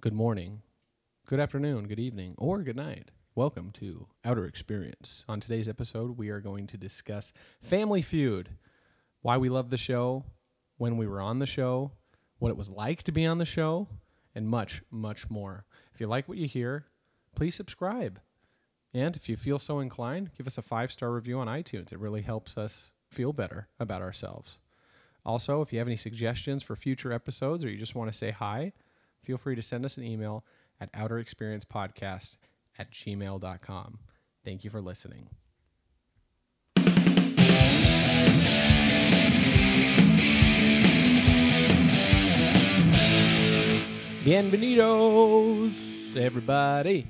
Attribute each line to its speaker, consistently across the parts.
Speaker 1: good morning, good afternoon, good evening, or good night. Welcome to Outer Experience. On today's episode, we are going to discuss Family Feud, why we love the show, when we were on the show, what it was like to be on the show, and much, much more. If you like what you hear, please subscribe. And if you feel so inclined, give us a five star review on iTunes. It really helps us feel better about ourselves. Also, if you have any suggestions for future episodes or you just want to say hi, feel free to send us an email at outerexperiencepodcast at gmail.com. Thank you for listening. Bienvenidos, everybody.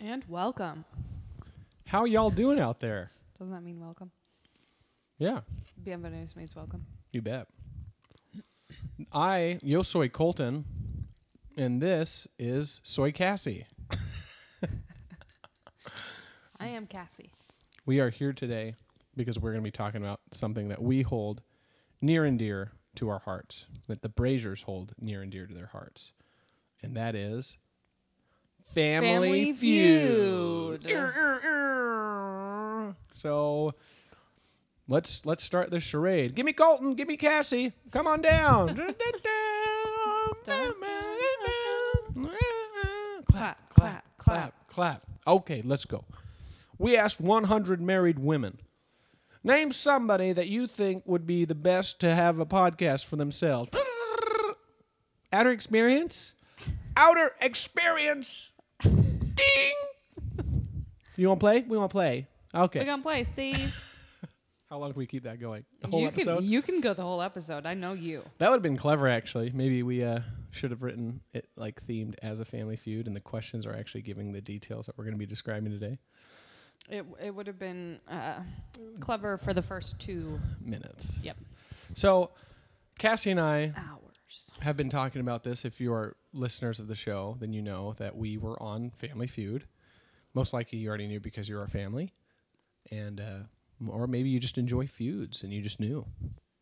Speaker 2: And welcome.
Speaker 1: How y'all doing out there?
Speaker 2: Doesn't that mean welcome?
Speaker 1: Yeah,
Speaker 2: Bienvenidos means welcome.
Speaker 1: you bet. I, yo soy Colton, and this is Soy Cassie.
Speaker 2: I am Cassie.
Speaker 1: We are here today because we're going to be talking about something that we hold near and dear to our hearts, that the Braziers hold near and dear to their hearts, and that is Family,
Speaker 2: Family
Speaker 1: Feud.
Speaker 2: Feud.
Speaker 1: So let's let's start this charade. Give me Colton, give me Cassie. Come on down. clap, clap, clap, clap. Okay, let's go. We asked 100 married women. Name somebody that you think would be the best to have a podcast for themselves. Outer experience? Outer experience. Ding. You want to play? We want to play.
Speaker 2: We're
Speaker 1: Okay.
Speaker 2: going to play, Steve.
Speaker 1: How long can we keep that going? The whole
Speaker 2: you,
Speaker 1: episode?
Speaker 2: can, you can go the whole episode. I know you.
Speaker 1: That would have been clever, actually. Maybe we uh, should have written it like themed as a family feud, and the questions are actually giving the details that we're going to be describing today.
Speaker 2: It, it would have been uh, clever for the first two
Speaker 1: Minutes.
Speaker 2: yep.
Speaker 1: So, Cassie and I
Speaker 2: hours.
Speaker 1: have been talking about this. If you are listeners of the show, then you know that we were on Family Feud. Most likely, you already knew because you're our family, and uh, or maybe you just enjoy feuds and you just knew,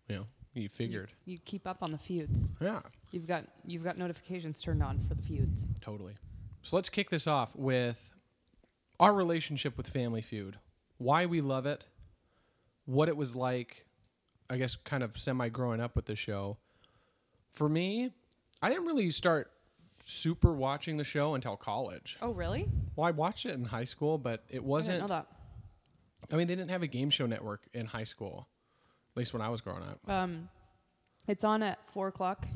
Speaker 1: you know, you figured.
Speaker 2: You keep up on the feuds.
Speaker 1: Yeah,
Speaker 2: You've got you've got notifications turned on for the feuds.
Speaker 1: totally. So let's kick this off with our relationship with Family Feud, why we love it, what it was like, I guess, kind of semi growing up with the show. For me, I didn't really start super watching the show until college.
Speaker 2: Oh, really?
Speaker 1: Well, I watched it in high school, but it
Speaker 2: I
Speaker 1: wasn't.
Speaker 2: didn't know that.
Speaker 1: I mean, they didn't have a game show network in high school, at least when I was growing up.
Speaker 2: Um, it's on at four o'clock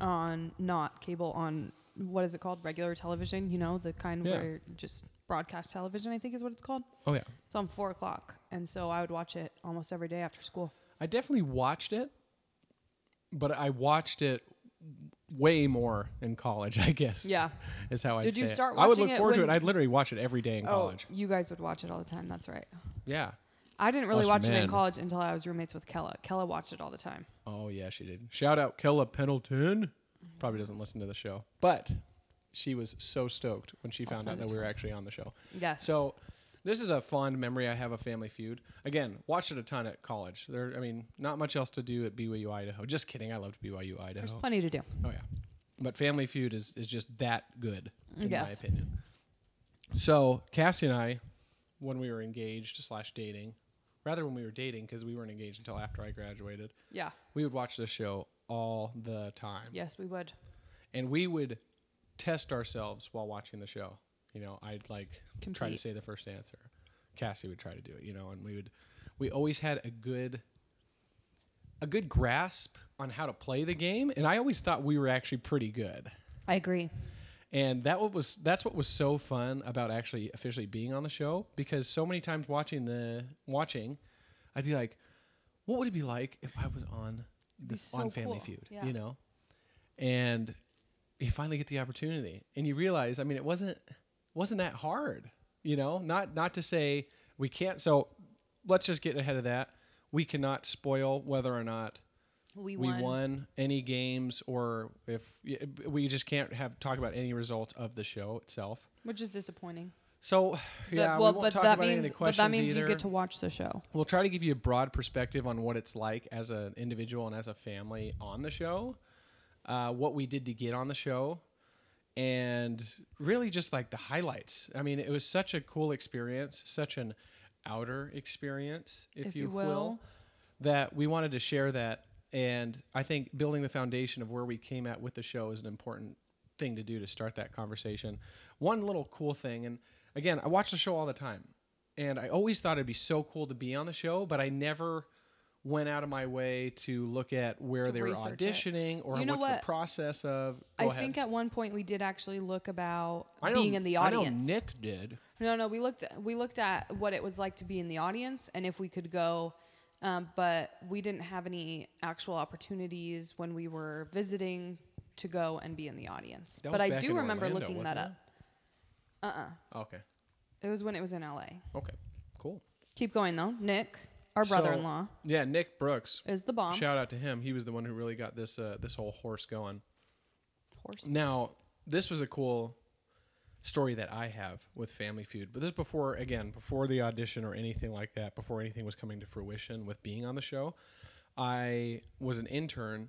Speaker 2: on not cable on what is it called? Regular television, you know, the kind
Speaker 1: Yeah.
Speaker 2: where just broadcast television, I think is what it's called.
Speaker 1: Oh yeah,
Speaker 2: It's on four o'clock, and so I would watch it almost every day after school.
Speaker 1: I definitely watched it, but I watched it way more in college. I guess.
Speaker 2: Yeah.
Speaker 1: Is how I
Speaker 2: Did you start
Speaker 1: I would
Speaker 2: watching
Speaker 1: look
Speaker 2: it
Speaker 1: forward to it.
Speaker 2: when-
Speaker 1: I'd literally watch it every day in college.
Speaker 2: Oh, you guys would watch it all the time. That's right.
Speaker 1: Yeah.
Speaker 2: I didn't really
Speaker 1: Us
Speaker 2: watch it
Speaker 1: men.
Speaker 2: in college until I was roommates with Kella. Kella watched it all the time.
Speaker 1: Oh yeah, she did. Shout out Kella Pendleton. Probably doesn't listen to the show, but she was so stoked when she found out
Speaker 2: send it
Speaker 1: that
Speaker 2: to
Speaker 1: we were actually on the show.
Speaker 2: Yes.
Speaker 1: So this is a fond memory I have of Family Feud. Again, watched it a ton at college. There, I mean, not much else to do at BYU Idaho. Just kidding. I loved BYU Idaho.
Speaker 2: There's plenty to do.
Speaker 1: Oh yeah, but Family Feud is is just that good in
Speaker 2: Yes.
Speaker 1: my opinion. So Cassie and I, when we were engaged slash dating, rather when we were dating because we weren't engaged until after I graduated,
Speaker 2: Yeah.
Speaker 1: we would watch this show all the time,
Speaker 2: Yes, we would.
Speaker 1: and we would test ourselves while watching the show. You know, I'd like try to
Speaker 2: Compete.
Speaker 1: say the first answer. Cassie would try to do it. You know, and we would we always had a good a good grasp on how to play the game, and I always thought we were actually pretty good.
Speaker 2: I agree.
Speaker 1: And that what was that's what was so fun about actually officially being on the show because so many times watching the watching, I'd be like, what would it be like if I was on the,
Speaker 2: be
Speaker 1: on
Speaker 2: so
Speaker 1: Family
Speaker 2: cool.
Speaker 1: Feud?
Speaker 2: Yeah.
Speaker 1: You know, and you finally get the opportunity, and you realize, I mean, it wasn't wasn't that hard. You know, not not to say we can't. So let's just get ahead of that. We cannot spoil whether or not
Speaker 2: We
Speaker 1: we
Speaker 2: won.
Speaker 1: won. any games or if we just can't have talk about any results of the show itself.
Speaker 2: Which is disappointing.
Speaker 1: So yeah,
Speaker 2: but, well,
Speaker 1: we won't
Speaker 2: but
Speaker 1: talk
Speaker 2: that
Speaker 1: about
Speaker 2: means,
Speaker 1: any of the
Speaker 2: but
Speaker 1: questions
Speaker 2: that means
Speaker 1: either.
Speaker 2: you get to watch the show.
Speaker 1: we'll try to give you a broad perspective on what it's like as an individual and as a family on the show, uh, what we did to get on the show, and really just like the highlights. I mean, it was such a cool experience, such an outer experience, if,
Speaker 2: If
Speaker 1: you,
Speaker 2: you
Speaker 1: will.
Speaker 2: will.
Speaker 1: that we wanted to share that. And I think building the foundation of where we came at with the show is an important thing to do to start that conversation. One little cool thing, and again, I watch the show all the time, and I always thought it'd be so cool to be on the show, but I never went out of my way to look at where
Speaker 2: To
Speaker 1: they were
Speaker 2: research it.
Speaker 1: auditioning or
Speaker 2: You know
Speaker 1: what's
Speaker 2: what?
Speaker 1: the process of.
Speaker 2: I
Speaker 1: Go ahead.
Speaker 2: think at one point we did actually look about
Speaker 1: I
Speaker 2: being
Speaker 1: know-
Speaker 2: in the
Speaker 1: I know
Speaker 2: audience.
Speaker 1: Nick did.
Speaker 2: No, no, we looked we looked at what it was like to be in the audience and if we could go, um, but we didn't have any actual opportunities when we were visiting to go and be in the audience.
Speaker 1: That
Speaker 2: but
Speaker 1: was
Speaker 2: I
Speaker 1: back
Speaker 2: do
Speaker 1: in
Speaker 2: remember
Speaker 1: Orlando,
Speaker 2: looking
Speaker 1: wasn't
Speaker 2: that up.
Speaker 1: it? Okay.
Speaker 2: It was when it was in LA.
Speaker 1: Okay. Cool.
Speaker 2: Keep going though. Nick, our
Speaker 1: So-
Speaker 2: brother-in-law,
Speaker 1: yeah, Nick Brooks.
Speaker 2: is the bomb.
Speaker 1: Shout out to him. He was the one who really got this uh, this whole horse going.
Speaker 2: Horse.
Speaker 1: Now, this was a cool story that I have with Family Feud, but this is before again, before the audition or anything like that, before anything was coming to fruition with being on the show. I was an intern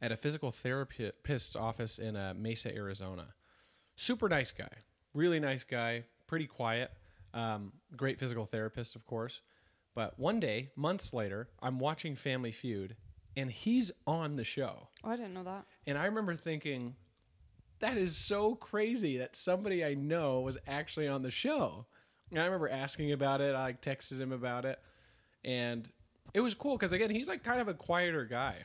Speaker 1: at a physical therapist's office in uh, Mesa, Arizona. Super nice guy, really nice guy, pretty quiet. Um, great physical therapist, of course. But one day, months later, I'm watching Family Feud, and he's on the show.
Speaker 2: Oh, I didn't know that.
Speaker 1: And I remember thinking, that is so crazy that somebody I know was actually on the show. And I remember asking about it. I like texted him about it. And it was cool because, again, he's like kind of a quieter guy.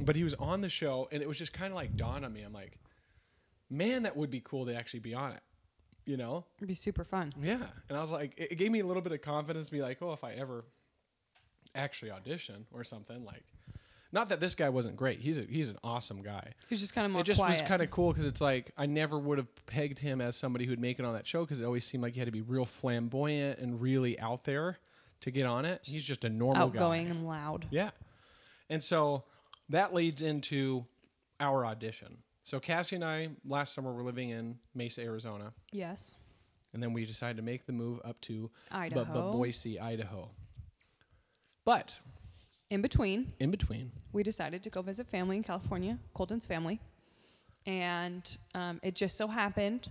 Speaker 1: But he was on the show and it was just kind of like dawned on me. I'm like, man, that would be cool to actually be on it. You know?
Speaker 2: It'd be super fun.
Speaker 1: Yeah. And I was like, it it gave me a little bit of confidence to be like, oh, if I ever actually audition or something, like, not that this guy wasn't great. He's a, he's an awesome guy
Speaker 2: He's just kind of more
Speaker 1: it just
Speaker 2: quiet.
Speaker 1: was kind of cool because it's like I never would have pegged him as somebody who'd make it on that show because it always seemed like he had to be real flamboyant and really out there to get on it. He's just a normal
Speaker 2: outgoing
Speaker 1: guy.
Speaker 2: and loud.
Speaker 1: Yeah. And so that leads into our audition. So Cassie and I last summer were living in Mesa, Arizona,
Speaker 2: Yes.
Speaker 1: and then we decided to make the move up to Bu- Bu-
Speaker 2: Idaho.
Speaker 1: Boise, Idaho. But
Speaker 2: In between,
Speaker 1: in between,
Speaker 2: we decided to go visit family in California, Colton's family. And um, it just so happened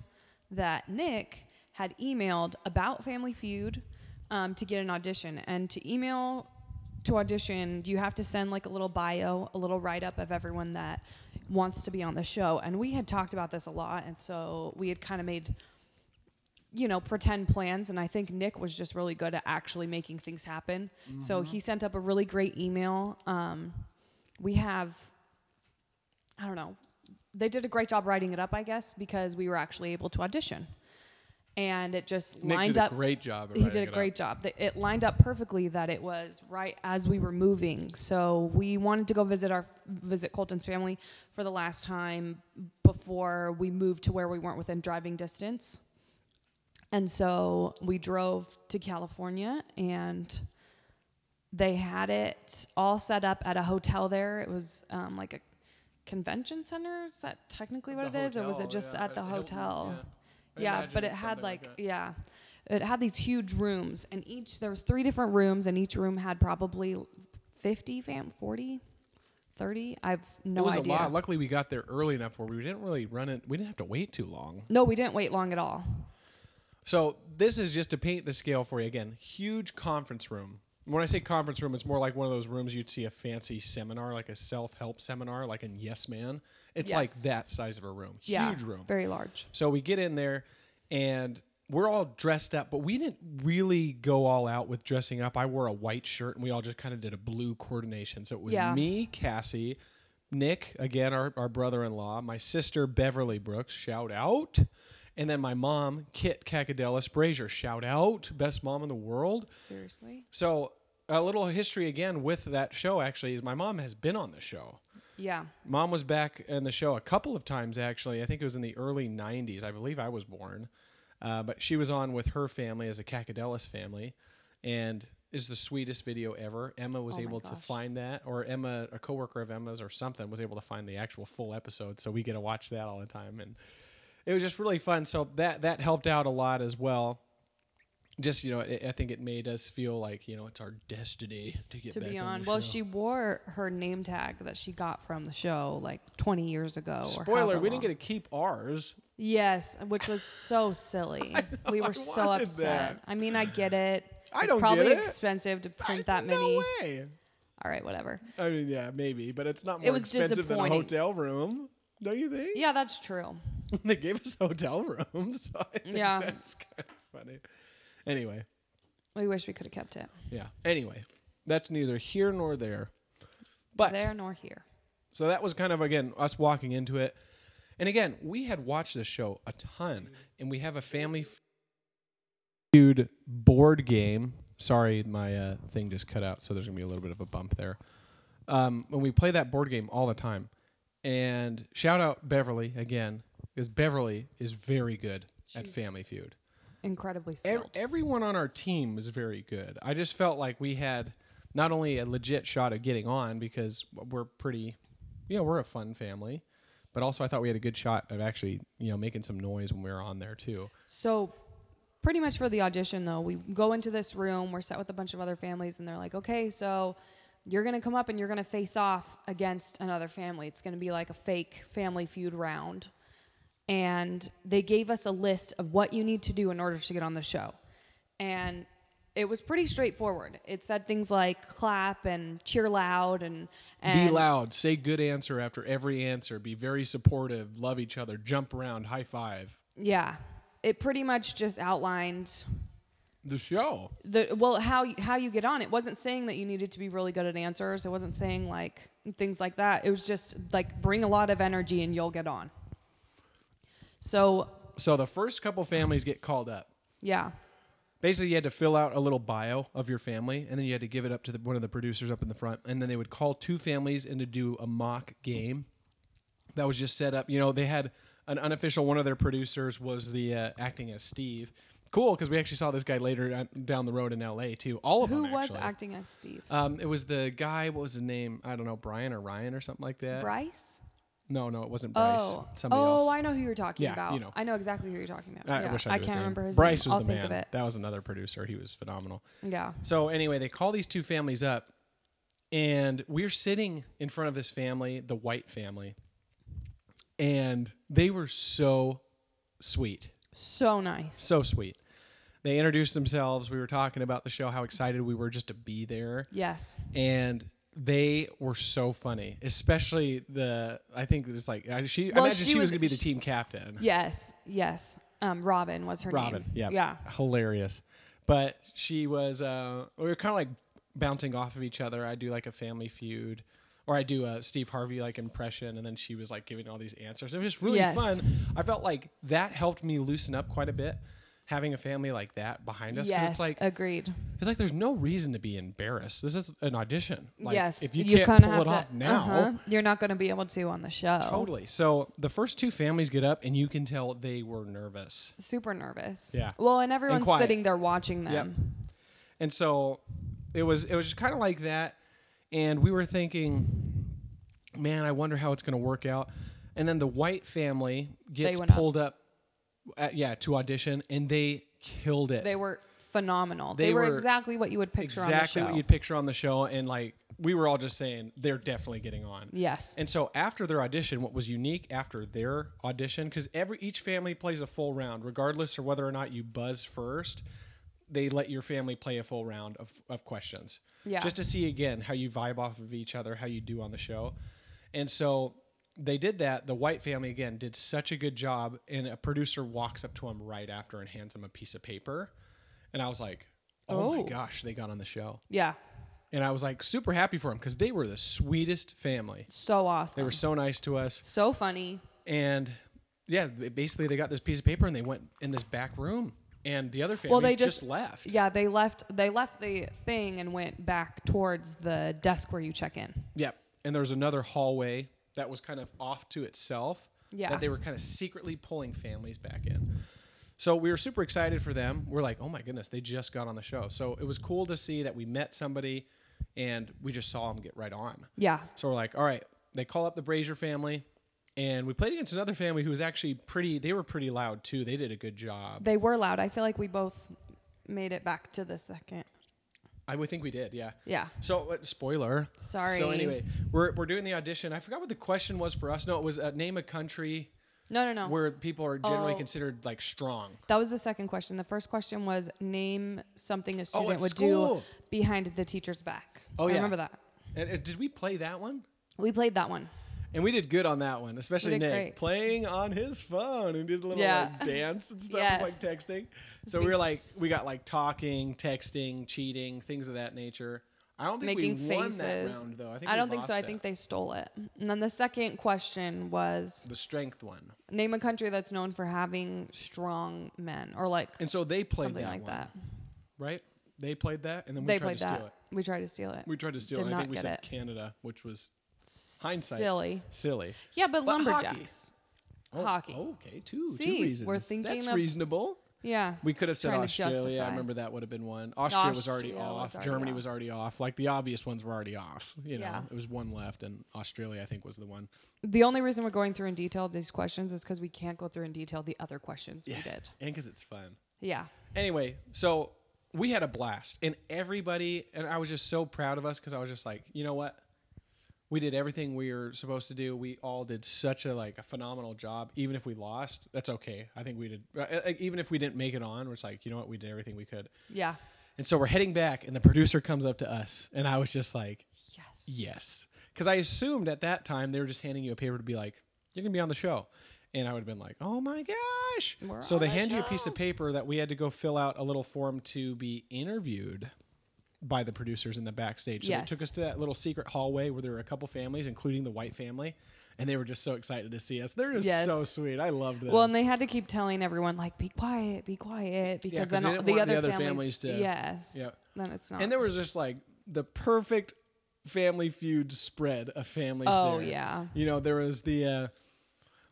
Speaker 2: that Nick had emailed about Family Feud um, to get an audition. And to email to audition, you have to send like a little bio, a little write up of everyone that wants to be on the show. And we had talked about this a lot. And so we had kind of made you know, pretend plans. And I think Nick was just really good at actually making things happen. So he
Speaker 1: Mm-hmm.
Speaker 2: sent up a really great email. Um, we have, I don't know, they did a great job writing it up, I guess, because we were actually able to audition. And it just
Speaker 1: Nick
Speaker 2: lined
Speaker 1: did
Speaker 2: up.
Speaker 1: a great job. at
Speaker 2: He
Speaker 1: writing
Speaker 2: did a
Speaker 1: it up.
Speaker 2: great job. Th- It lined up perfectly that it was right as we were moving. So we wanted to go visit our visit Colton's family for the last time before we moved to where we weren't within driving distance. And so we drove to California and they had it all set up at a hotel there. It was um, like a convention center. Is that technically what
Speaker 1: The
Speaker 2: it is? Or was it
Speaker 1: hotel,
Speaker 2: just
Speaker 1: yeah.
Speaker 2: at the
Speaker 1: At Hilton,
Speaker 2: hotel?
Speaker 1: yeah. I
Speaker 2: Yeah,
Speaker 1: imagine
Speaker 2: but it
Speaker 1: it's
Speaker 2: had
Speaker 1: something like
Speaker 2: like,
Speaker 1: that.
Speaker 2: yeah. It had these huge rooms and each, there was three different rooms and each room had probably 50 fam, 40, 30. I've no
Speaker 1: it was a
Speaker 2: idea.
Speaker 1: lot. Luckily, we got there early enough where we didn't really run it. We didn't have to wait too long.
Speaker 2: No, we didn't wait long at all.
Speaker 1: So this is just to paint the scale for you again. Huge conference room. When I say conference room, it's more like one of those rooms you'd see a fancy seminar, like a self-help seminar, like in Yes Man. It's like
Speaker 2: Yes.
Speaker 1: that size of a room.
Speaker 2: Yeah.
Speaker 1: Huge room.
Speaker 2: Very large.
Speaker 1: So we get in there and we're all dressed up, but we didn't really go all out with dressing up. I wore a white shirt and we all just kind of did a blue coordination. So it was
Speaker 2: Yeah.
Speaker 1: me, Cassie, Nick, again, our, our brother in law, my sister, Beverly Brooks, shout out. And then my mom, Kit Cacadelis Brazier, shout out, best mom in the world.
Speaker 2: Seriously?
Speaker 1: So a little history again with that show actually is my mom has been on the show.
Speaker 2: Yeah.
Speaker 1: Mom was back in the show a couple of times, actually. I think it was in the early 90s. I believe I was born. Uh, but she was on with her family as a Cacadelis family and is the sweetest video ever. Emma was
Speaker 2: Oh my
Speaker 1: able to
Speaker 2: gosh.
Speaker 1: find that, or Emma, a coworker of Emma's or something, was able to find the actual full episode. So we get to watch that all the time. And it was just really fun. So that, that helped out a lot as well. just you know, I I think it made us feel like you know it's our destiny to get
Speaker 2: to
Speaker 1: back
Speaker 2: be
Speaker 1: on.
Speaker 2: on.
Speaker 1: the
Speaker 2: well,
Speaker 1: show.
Speaker 2: she wore her name tag that she got from the show like 20 years ago. or
Speaker 1: spoiler:
Speaker 2: however
Speaker 1: we didn't
Speaker 2: long.
Speaker 1: get to keep ours.
Speaker 2: Yes, which was so silly. we were
Speaker 1: I
Speaker 2: so
Speaker 1: wanted
Speaker 2: upset.
Speaker 1: that.
Speaker 2: I mean, I get it.
Speaker 1: I
Speaker 2: it's
Speaker 1: don't get
Speaker 2: probably
Speaker 1: it.
Speaker 2: expensive to print
Speaker 1: I-
Speaker 2: that many.
Speaker 1: No way.
Speaker 2: All right, whatever.
Speaker 1: I mean, yeah, maybe, but it's not more
Speaker 2: It was
Speaker 1: expensive than a
Speaker 2: disappointing.
Speaker 1: hotel room. Don't you think?
Speaker 2: Yeah, that's true.
Speaker 1: they gave us hotel rooms. So I think
Speaker 2: Yeah.
Speaker 1: that's kind of funny. Anyway,
Speaker 2: We wish we could have kept it
Speaker 1: yeah. Anyway, that's neither here nor there. But
Speaker 2: there nor here.
Speaker 1: so that was kind of again us walking into it, and again we had watched this show a ton, and we have a family feud board game. Sorry, my uh, thing just cut out, so there's gonna be a little bit of a bump there. Um, when we play that board game all the time, and shout out Beverly again, because Beverly is very good at
Speaker 2: She's-
Speaker 1: Family Feud.
Speaker 2: Incredibly
Speaker 1: Ev-
Speaker 2: skilled.
Speaker 1: everyone on our team was very good. I just felt like we had not only a legit shot of getting on because we're pretty, you know, we're a fun family, but also I thought we had a good shot of actually, you know, making some noise when we were on there too.
Speaker 2: So, pretty much for the audition, though, we go into this room. We're set with a bunch of other families, and they're like, okay, so you're going to come up and you're going to face off against another family. It's going to be like a fake family feud round. And they gave us a list of what you need to do in order to get on the show. And it was pretty straightforward. It said things like clap and cheer loud and, and
Speaker 1: Be loud, say good answer after every answer, be very supportive, love each other, jump around, high five.
Speaker 2: yeah. It pretty much just outlined
Speaker 1: The show.
Speaker 2: the well how you- how you get on it wasn't saying that you needed to be really good at answers it wasn't saying like things like that it was just like bring a lot of energy and you'll get on so
Speaker 1: So the first couple families get called up.
Speaker 2: yeah
Speaker 1: basically you had to fill out a little bio of your family and then you had to give it up to the, one of the producers up in the front and then they would call two families in to do a mock game that was just set up you know they had an unofficial one of their producers was the uh, acting as steve cool because we actually saw this guy later down- down the road in la too all of
Speaker 2: who
Speaker 1: them
Speaker 2: was
Speaker 1: actually.
Speaker 2: acting as steve
Speaker 1: um, it was the guy what was his name i don't know brian or ryan or something like that
Speaker 2: bryce
Speaker 1: no no it wasn't bryce
Speaker 2: oh
Speaker 1: Uh, somebody
Speaker 2: oh
Speaker 1: else
Speaker 2: i know who you're talking
Speaker 1: Yeah,
Speaker 2: about
Speaker 1: you know.
Speaker 2: i know exactly who you're talking about
Speaker 1: I
Speaker 2: yeah.
Speaker 1: wish I, knew
Speaker 2: I
Speaker 1: his
Speaker 2: can't
Speaker 1: name.
Speaker 2: remember his
Speaker 1: Bryce
Speaker 2: name
Speaker 1: was
Speaker 2: i'll
Speaker 1: the
Speaker 2: think
Speaker 1: man.
Speaker 2: of it
Speaker 1: That was another producer. He was phenomenal.
Speaker 2: yeah
Speaker 1: So anyway, they call these two families up, and we're sitting in front of this family, the White family, and they were so sweet,
Speaker 2: so nice
Speaker 1: so sweet. They introduced themselves. We were talking about the show, how excited we were just to be there,
Speaker 2: yes
Speaker 1: and they were so funny. Especially the, I think it was like I, she. I
Speaker 2: Well,
Speaker 1: imagine
Speaker 2: she
Speaker 1: she was
Speaker 2: was-
Speaker 1: going to be the
Speaker 2: she-
Speaker 1: team captain.
Speaker 2: yes yes um, robin was her
Speaker 1: Robin.
Speaker 2: name
Speaker 1: Yeah.
Speaker 2: yeah
Speaker 1: Hilarious. But she was, uh, we were kind of like bouncing off of each other. I do like a family feud or I do a Steve Harvey like impression. And then she was like giving all these answers. It was really
Speaker 2: Yes.
Speaker 1: fun. I felt like that helped me loosen up quite a bit. Having a family like that behind us, 'Cause
Speaker 2: yes
Speaker 1: it's like
Speaker 2: agreed
Speaker 1: it's like there's no reason to be embarrassed. This is an audition. Like,
Speaker 2: yes,
Speaker 1: if you, can't
Speaker 2: kinda
Speaker 1: pull it off now,
Speaker 2: uh-huh, you're not going to be able to on the show.
Speaker 1: totally. So the first two families get up, and you can tell they were nervous.
Speaker 2: Super nervous.
Speaker 1: Yeah.
Speaker 2: Well, and everyone's
Speaker 1: quiet.
Speaker 2: sitting there watching them.
Speaker 1: And so it was it was just kind of like that and we were thinking man, I wonder how it's going to work out. And then the white family gets
Speaker 2: went up.
Speaker 1: pulled up, at, yeah, to audition and they killed it.
Speaker 2: They were phenomenal. They,
Speaker 1: They
Speaker 2: were,
Speaker 1: were
Speaker 2: exactly what you would picture
Speaker 1: exactly
Speaker 2: on the show.
Speaker 1: what you'd picture on the show and like we were all just saying they're definitely getting on.
Speaker 2: yes.
Speaker 1: And so after their audition, what was unique after their audition, because every each family plays a full round, regardless of whether or not you buzz first, they let your family play a full round of, of questions.
Speaker 2: Yeah.
Speaker 1: Just to see again how you vibe off of each other, how you do on the show. And so they did that. The White family again did such a good job, and a producer walks up to him right after and hands him a piece of paper. And I was like, oh.
Speaker 2: Oh.
Speaker 1: my gosh, they got on the show.
Speaker 2: yeah.
Speaker 1: And I was like super happy for him because they were the sweetest family.
Speaker 2: So awesome.
Speaker 1: They were so nice to us.
Speaker 2: so funny.
Speaker 1: And yeah, b- basically they got this piece of paper and they went in this back room. And the other families
Speaker 2: Well, they
Speaker 1: just,
Speaker 2: just-
Speaker 1: left.
Speaker 2: Yeah, they left. They left the thing and went back towards the desk where you check in.
Speaker 1: Yep. And there was another hallway that was kind of off to itself.
Speaker 2: Yeah.
Speaker 1: That they were kind of secretly pulling families back in. So we were super excited for them. We're like, oh my goodness, they just got on the show. So it was cool to see that we met somebody and we just saw them get right on.
Speaker 2: Yeah.
Speaker 1: So we're like, all right, they call up the Brazier family. And we played against another family who was actually pretty, they were pretty loud too. They did a good job.
Speaker 2: They were loud. I feel like we both made it back to the second.
Speaker 1: I would think we did, yeah.
Speaker 2: Yeah.
Speaker 1: So, uh, spoiler.
Speaker 2: Sorry.
Speaker 1: So anyway, we're we're doing the audition. I forgot what the question was for us. No, it was uh, name a country
Speaker 2: No, no, no.
Speaker 1: where people are generally
Speaker 2: Oh.
Speaker 1: considered like strong.
Speaker 2: that was the second question. The first question was name something a student
Speaker 1: Oh, at
Speaker 2: would do
Speaker 1: school.
Speaker 2: behind the teacher's back.
Speaker 1: Oh,
Speaker 2: I
Speaker 1: yeah.
Speaker 2: remember that.
Speaker 1: And, uh, did we play that one?
Speaker 2: We played that one.
Speaker 1: And we did good on that one, especially
Speaker 2: We did
Speaker 1: Nick
Speaker 2: great.
Speaker 1: playing on his phone and did a little
Speaker 2: Yeah.
Speaker 1: like, dance and stuff,
Speaker 2: Yes.
Speaker 1: like texting. So
Speaker 2: Big
Speaker 1: we were like,
Speaker 2: s-
Speaker 1: we got like talking, texting, cheating, things of that nature. I don't think
Speaker 2: Making
Speaker 1: we won
Speaker 2: faces.
Speaker 1: that round though. I, think
Speaker 2: I
Speaker 1: we
Speaker 2: don't think
Speaker 1: lost
Speaker 2: so. I
Speaker 1: that.
Speaker 2: think they stole it. And then the second question was
Speaker 1: the strength one.
Speaker 2: name a country that's known for having strong men or like
Speaker 1: And so they played
Speaker 2: something
Speaker 1: that
Speaker 2: like
Speaker 1: one,
Speaker 2: that.
Speaker 1: right? They played that, and then we
Speaker 2: They
Speaker 1: tried
Speaker 2: played
Speaker 1: to steal
Speaker 2: that.
Speaker 1: it.
Speaker 2: We tried to steal it.
Speaker 1: We tried to steal
Speaker 2: Did
Speaker 1: it. and I
Speaker 2: not
Speaker 1: think we
Speaker 2: get
Speaker 1: said
Speaker 2: it.
Speaker 1: Canada, which was hindsight
Speaker 2: Silly.
Speaker 1: silly.
Speaker 2: Yeah, but,
Speaker 1: But hockey.
Speaker 2: lumberjacks.
Speaker 1: Oh,
Speaker 2: Hockey.
Speaker 1: Okay, two
Speaker 2: See,
Speaker 1: two
Speaker 2: we're
Speaker 1: reasons.
Speaker 2: thinking
Speaker 1: That's
Speaker 2: of-
Speaker 1: reasonable.
Speaker 2: Yeah.
Speaker 1: We could have said
Speaker 2: Trying to
Speaker 1: Australia. I
Speaker 2: justify.
Speaker 1: remember that would have been one. Austria was already
Speaker 2: Austria was
Speaker 1: off.
Speaker 2: already
Speaker 1: Germany
Speaker 2: off.
Speaker 1: was already off. Like the obvious ones were already off. You know,
Speaker 2: Yeah.
Speaker 1: it was one left, and Australia I think was the one.
Speaker 2: The only reason we're going through in detail these questions is because we can't go through in detail the other questions we did.
Speaker 1: and because it's fun.
Speaker 2: Yeah.
Speaker 1: Anyway, so we had a blast, and everybody, and I was just so proud of us because I was just like, you know what, we did everything we were supposed to do. We all did such a like a phenomenal job. Even if we lost, that's okay. I think we did. uh, uh, Even if we didn't make it on, it's like, you know what, we did everything we could.
Speaker 2: Yeah.
Speaker 1: And so we're heading back, and the producer comes up to us, and I was just like,
Speaker 2: Yes.
Speaker 1: yes, because I assumed at that time they were just handing you a paper to be like, you're gonna be on the show. And I would have been like, oh my gosh.
Speaker 2: We're
Speaker 1: so
Speaker 2: on
Speaker 1: they
Speaker 2: the
Speaker 1: hand you a piece
Speaker 2: show.
Speaker 1: of paper that we had to go fill out a little form to be interviewed by the producers in the backstage. So
Speaker 2: Yes.
Speaker 1: they took us to that little secret hallway where there were a couple families, including the white family. And they were just so excited to see us. They're just
Speaker 2: Yes.
Speaker 1: so sweet. I loved them.
Speaker 2: Well, and they had to keep telling everyone like, "Be quiet, be quiet," because
Speaker 1: 'cause
Speaker 2: then
Speaker 1: they
Speaker 2: all-
Speaker 1: didn't
Speaker 2: the,
Speaker 1: want
Speaker 2: other
Speaker 1: the other families
Speaker 2: families,
Speaker 1: to-
Speaker 2: yes,
Speaker 1: Yeah.
Speaker 2: then it's not.
Speaker 1: and there was just like the perfect family feud spread of families.
Speaker 2: Oh,
Speaker 1: there.
Speaker 2: yeah.
Speaker 1: You know there was the uh,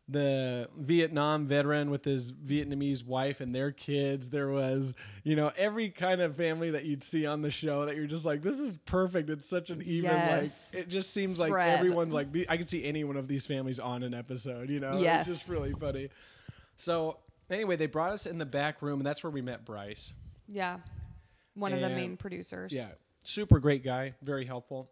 Speaker 1: the Vietnam veteran with his Vietnamese wife and their kids. There was you know every kind of family that you'd see on the show that you're just like this is perfect. It's such an even
Speaker 2: Yes.
Speaker 1: like it just seems like
Speaker 2: Spread.
Speaker 1: everyone's like the, I could see any one of these families on an episode. You know
Speaker 2: Yes.
Speaker 1: it's just really funny. So anyway, they brought us in the back room and that's where we met Bryce.
Speaker 2: yeah, one of the
Speaker 1: And-
Speaker 2: main producers.
Speaker 1: Yeah, super great guy, very helpful.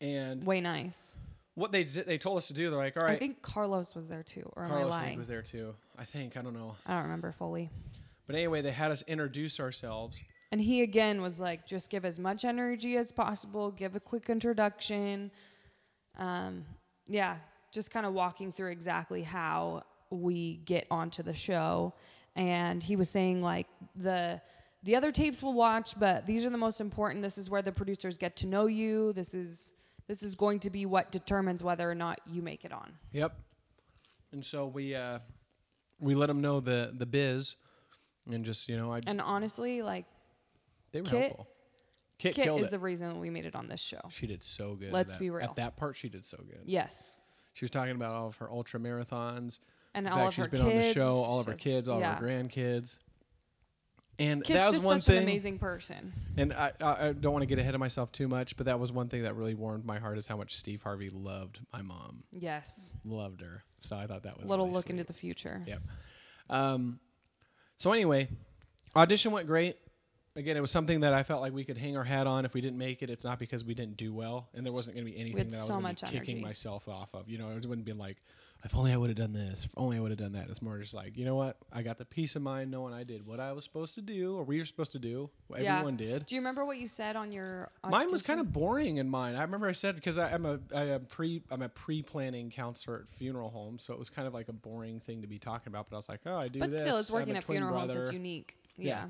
Speaker 1: And
Speaker 2: way nice.
Speaker 1: what they did, they told us to do, they're like, all right,
Speaker 2: I think Carlos was there too, or am I
Speaker 1: Carlos I
Speaker 2: lying?
Speaker 1: think, was there too. I think I don't know,
Speaker 2: I don't remember fully.
Speaker 1: but anyway, they had us introduce ourselves.
Speaker 2: And he again was like, "Just give as much energy as possible. Give a quick introduction." Um, yeah, just kind of walking through exactly how we get onto the show. And he was saying like the the other tapes we'll watch, but these are the most important. This is where the producers get to know you. This is this is going to be what determines whether or not you make it on.
Speaker 1: Yep. And so we uh, we let them know the the biz, and just you know, I
Speaker 2: And honestly, like
Speaker 1: they were
Speaker 2: Kit-
Speaker 1: helpful. Kit,
Speaker 2: Kit
Speaker 1: killed
Speaker 2: is
Speaker 1: it.
Speaker 2: the reason we made it on this show.
Speaker 1: she did so good. at
Speaker 2: Let's
Speaker 1: that-
Speaker 2: be real.
Speaker 1: At that part, she did so good.
Speaker 2: Yes.
Speaker 1: She was talking about all of her ultra marathons.
Speaker 2: And
Speaker 1: In
Speaker 2: all
Speaker 1: fact,
Speaker 2: of
Speaker 1: she's
Speaker 2: her
Speaker 1: been on the
Speaker 2: kids.
Speaker 1: show, all of her
Speaker 2: She's-
Speaker 1: kids, all
Speaker 2: yeah.
Speaker 1: of her grandkids. And
Speaker 2: Kit's
Speaker 1: that was
Speaker 2: just
Speaker 1: one
Speaker 2: such
Speaker 1: thing.
Speaker 2: an amazing person.
Speaker 1: And I, I I don't want to get ahead of myself too much, but that was one thing that really warmed my heart is how much Steve Harvey loved my mom,
Speaker 2: Yes.
Speaker 1: loved her. So I thought that was
Speaker 2: Little
Speaker 1: really
Speaker 2: look
Speaker 1: sweet.
Speaker 2: into the future.
Speaker 1: Yep. Um, so anyway, audition went great. Again, it was something that I felt like we could hang our hat on. If we didn't make it, it's not because we didn't do well, and there wasn't going to be anything
Speaker 2: had
Speaker 1: that I
Speaker 2: so
Speaker 1: was going
Speaker 2: much
Speaker 1: to be kicking
Speaker 2: energy.
Speaker 1: myself off of. You know, it wouldn't be like, if only I would have done this, if only I would have done that. It's more just like, you know what? I got the peace of mind knowing I did what I was supposed to do, or we were supposed to do. What
Speaker 2: Yeah.
Speaker 1: everyone did.
Speaker 2: Do you remember what you said on your?
Speaker 1: Mine was
Speaker 2: audition?
Speaker 1: kind of boring in mine. I remember I said because I'm a I am pre I'm a pre planning counselor at funeral homes, so it was kind of like a boring thing to be talking about. But I was like, oh, I do.
Speaker 2: But
Speaker 1: this.
Speaker 2: still, it's
Speaker 1: I have
Speaker 2: working
Speaker 1: a
Speaker 2: at
Speaker 1: twin
Speaker 2: funeral homes. It's
Speaker 1: brother."
Speaker 2: unique. Yeah.
Speaker 1: Yeah.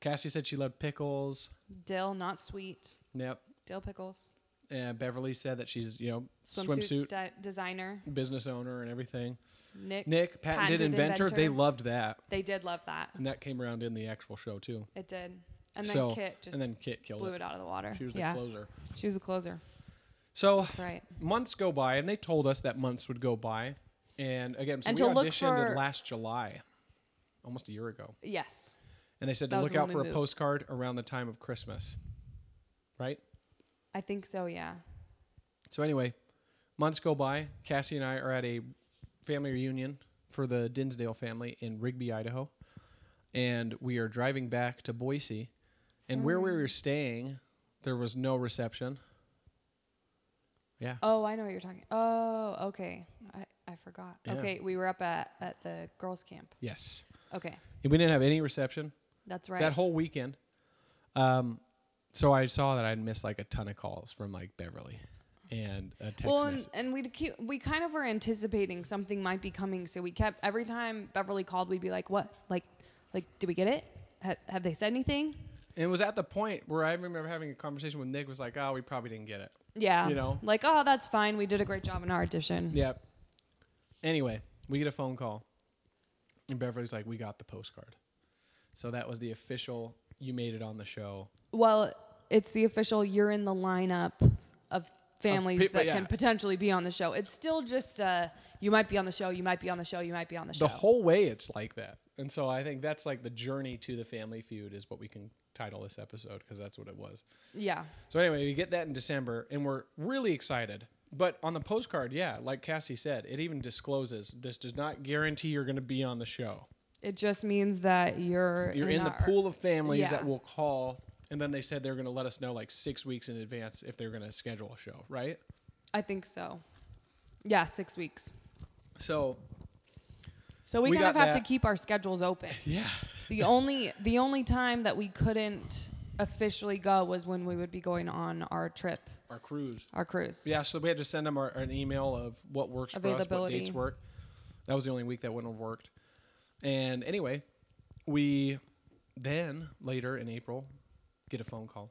Speaker 1: Cassie said she loved pickles.
Speaker 2: Dill, not sweet.
Speaker 1: Yep.
Speaker 2: Dill pickles.
Speaker 1: And Beverly said that she's you know
Speaker 2: Swimsuit,
Speaker 1: swimsuit
Speaker 2: di- designer.
Speaker 1: business owner and everything.
Speaker 2: Nick.
Speaker 1: Nick patented,
Speaker 2: Patented
Speaker 1: inventor. They
Speaker 2: inventor.
Speaker 1: loved that,
Speaker 2: They did love that.
Speaker 1: and that came around in the actual show too.
Speaker 2: It did. And then
Speaker 1: so,
Speaker 2: Kit just
Speaker 1: and then Kit killed
Speaker 2: blew
Speaker 1: it.
Speaker 2: it out of the water.
Speaker 1: She was the
Speaker 2: yeah.
Speaker 1: closer.
Speaker 2: She was the closer.
Speaker 1: So
Speaker 2: That's right.
Speaker 1: months go by, and they told us that months would go by. And again, so
Speaker 2: And
Speaker 1: we
Speaker 2: to look
Speaker 1: auditioned
Speaker 2: for-
Speaker 1: last July, almost a year ago.
Speaker 2: Yes.
Speaker 1: And they said
Speaker 2: That
Speaker 1: to
Speaker 2: was
Speaker 1: look
Speaker 2: when
Speaker 1: out
Speaker 2: we
Speaker 1: for
Speaker 2: moved.
Speaker 1: a postcard around the time of Christmas. Right?
Speaker 2: I think so. Yeah.
Speaker 1: So, anyway, months go by. Cassie and I are at a family reunion for the Dinsdale family in Rigby, Idaho. and we are driving back to Boise. And where we were staying, there was no reception. Yeah.
Speaker 2: Oh, I know what you're talking. Oh, okay. I, I forgot.
Speaker 1: Yeah.
Speaker 2: Okay, we were up at, at the girls' camp.
Speaker 1: Yes.
Speaker 2: Okay,
Speaker 1: And we didn't have any reception
Speaker 2: that's right.
Speaker 1: that whole weekend. Um, so I saw that I'd missed like a ton of calls from like Beverly and a text
Speaker 2: well, and,
Speaker 1: message.
Speaker 2: and we keep we kind of were anticipating something might be coming, so we kept every time Beverly called, we'd be like, "What? Like, like, did we get it? Have, have they said anything?"
Speaker 1: And it was at the point where I remember having a conversation with Nick was like, oh, we probably didn't get it.
Speaker 2: Yeah,
Speaker 1: You know?
Speaker 2: like, oh, that's fine. We did a great job in our audition.
Speaker 1: Yep. Anyway, we get a phone call, and Beverly's like, "We got the postcard." So that was the official. You made it on the show.
Speaker 2: Well, it's the official. You're in the lineup of families
Speaker 1: people,
Speaker 2: that
Speaker 1: yeah.
Speaker 2: can potentially be on the show. It's still just uh, you might be on the show. You might be on the show. You might be on the show.
Speaker 1: The whole way, it's like that. And so I think that's like the journey to the family feud is what we can title this episode because that's what it was.
Speaker 2: yeah.
Speaker 1: So anyway, we get that in December, and we're really excited. But on the postcard, yeah, like Cassie said, it even discloses this does not guarantee you're going to be on the show.
Speaker 2: It just means that you're
Speaker 1: You're in, the
Speaker 2: our-
Speaker 1: pool of families
Speaker 2: yeah.
Speaker 1: that will call, and then they said they're going to let us know like six weeks in advance if they're going to schedule a show, right?
Speaker 2: I think so. Yeah, six weeks.
Speaker 1: So
Speaker 2: So we,
Speaker 1: We
Speaker 2: kind of
Speaker 1: got
Speaker 2: have to
Speaker 1: that.
Speaker 2: keep our schedules open.
Speaker 1: yeah,
Speaker 2: The only the only time that we couldn't officially go was when we would be going on our trip,
Speaker 1: our cruise.
Speaker 2: our cruise.
Speaker 1: Yeah, so we had to send them our, an email of what works for us, what
Speaker 2: Availability.
Speaker 1: dates work. That was the only week that wouldn't have worked. And anyway, we then later in April get a phone call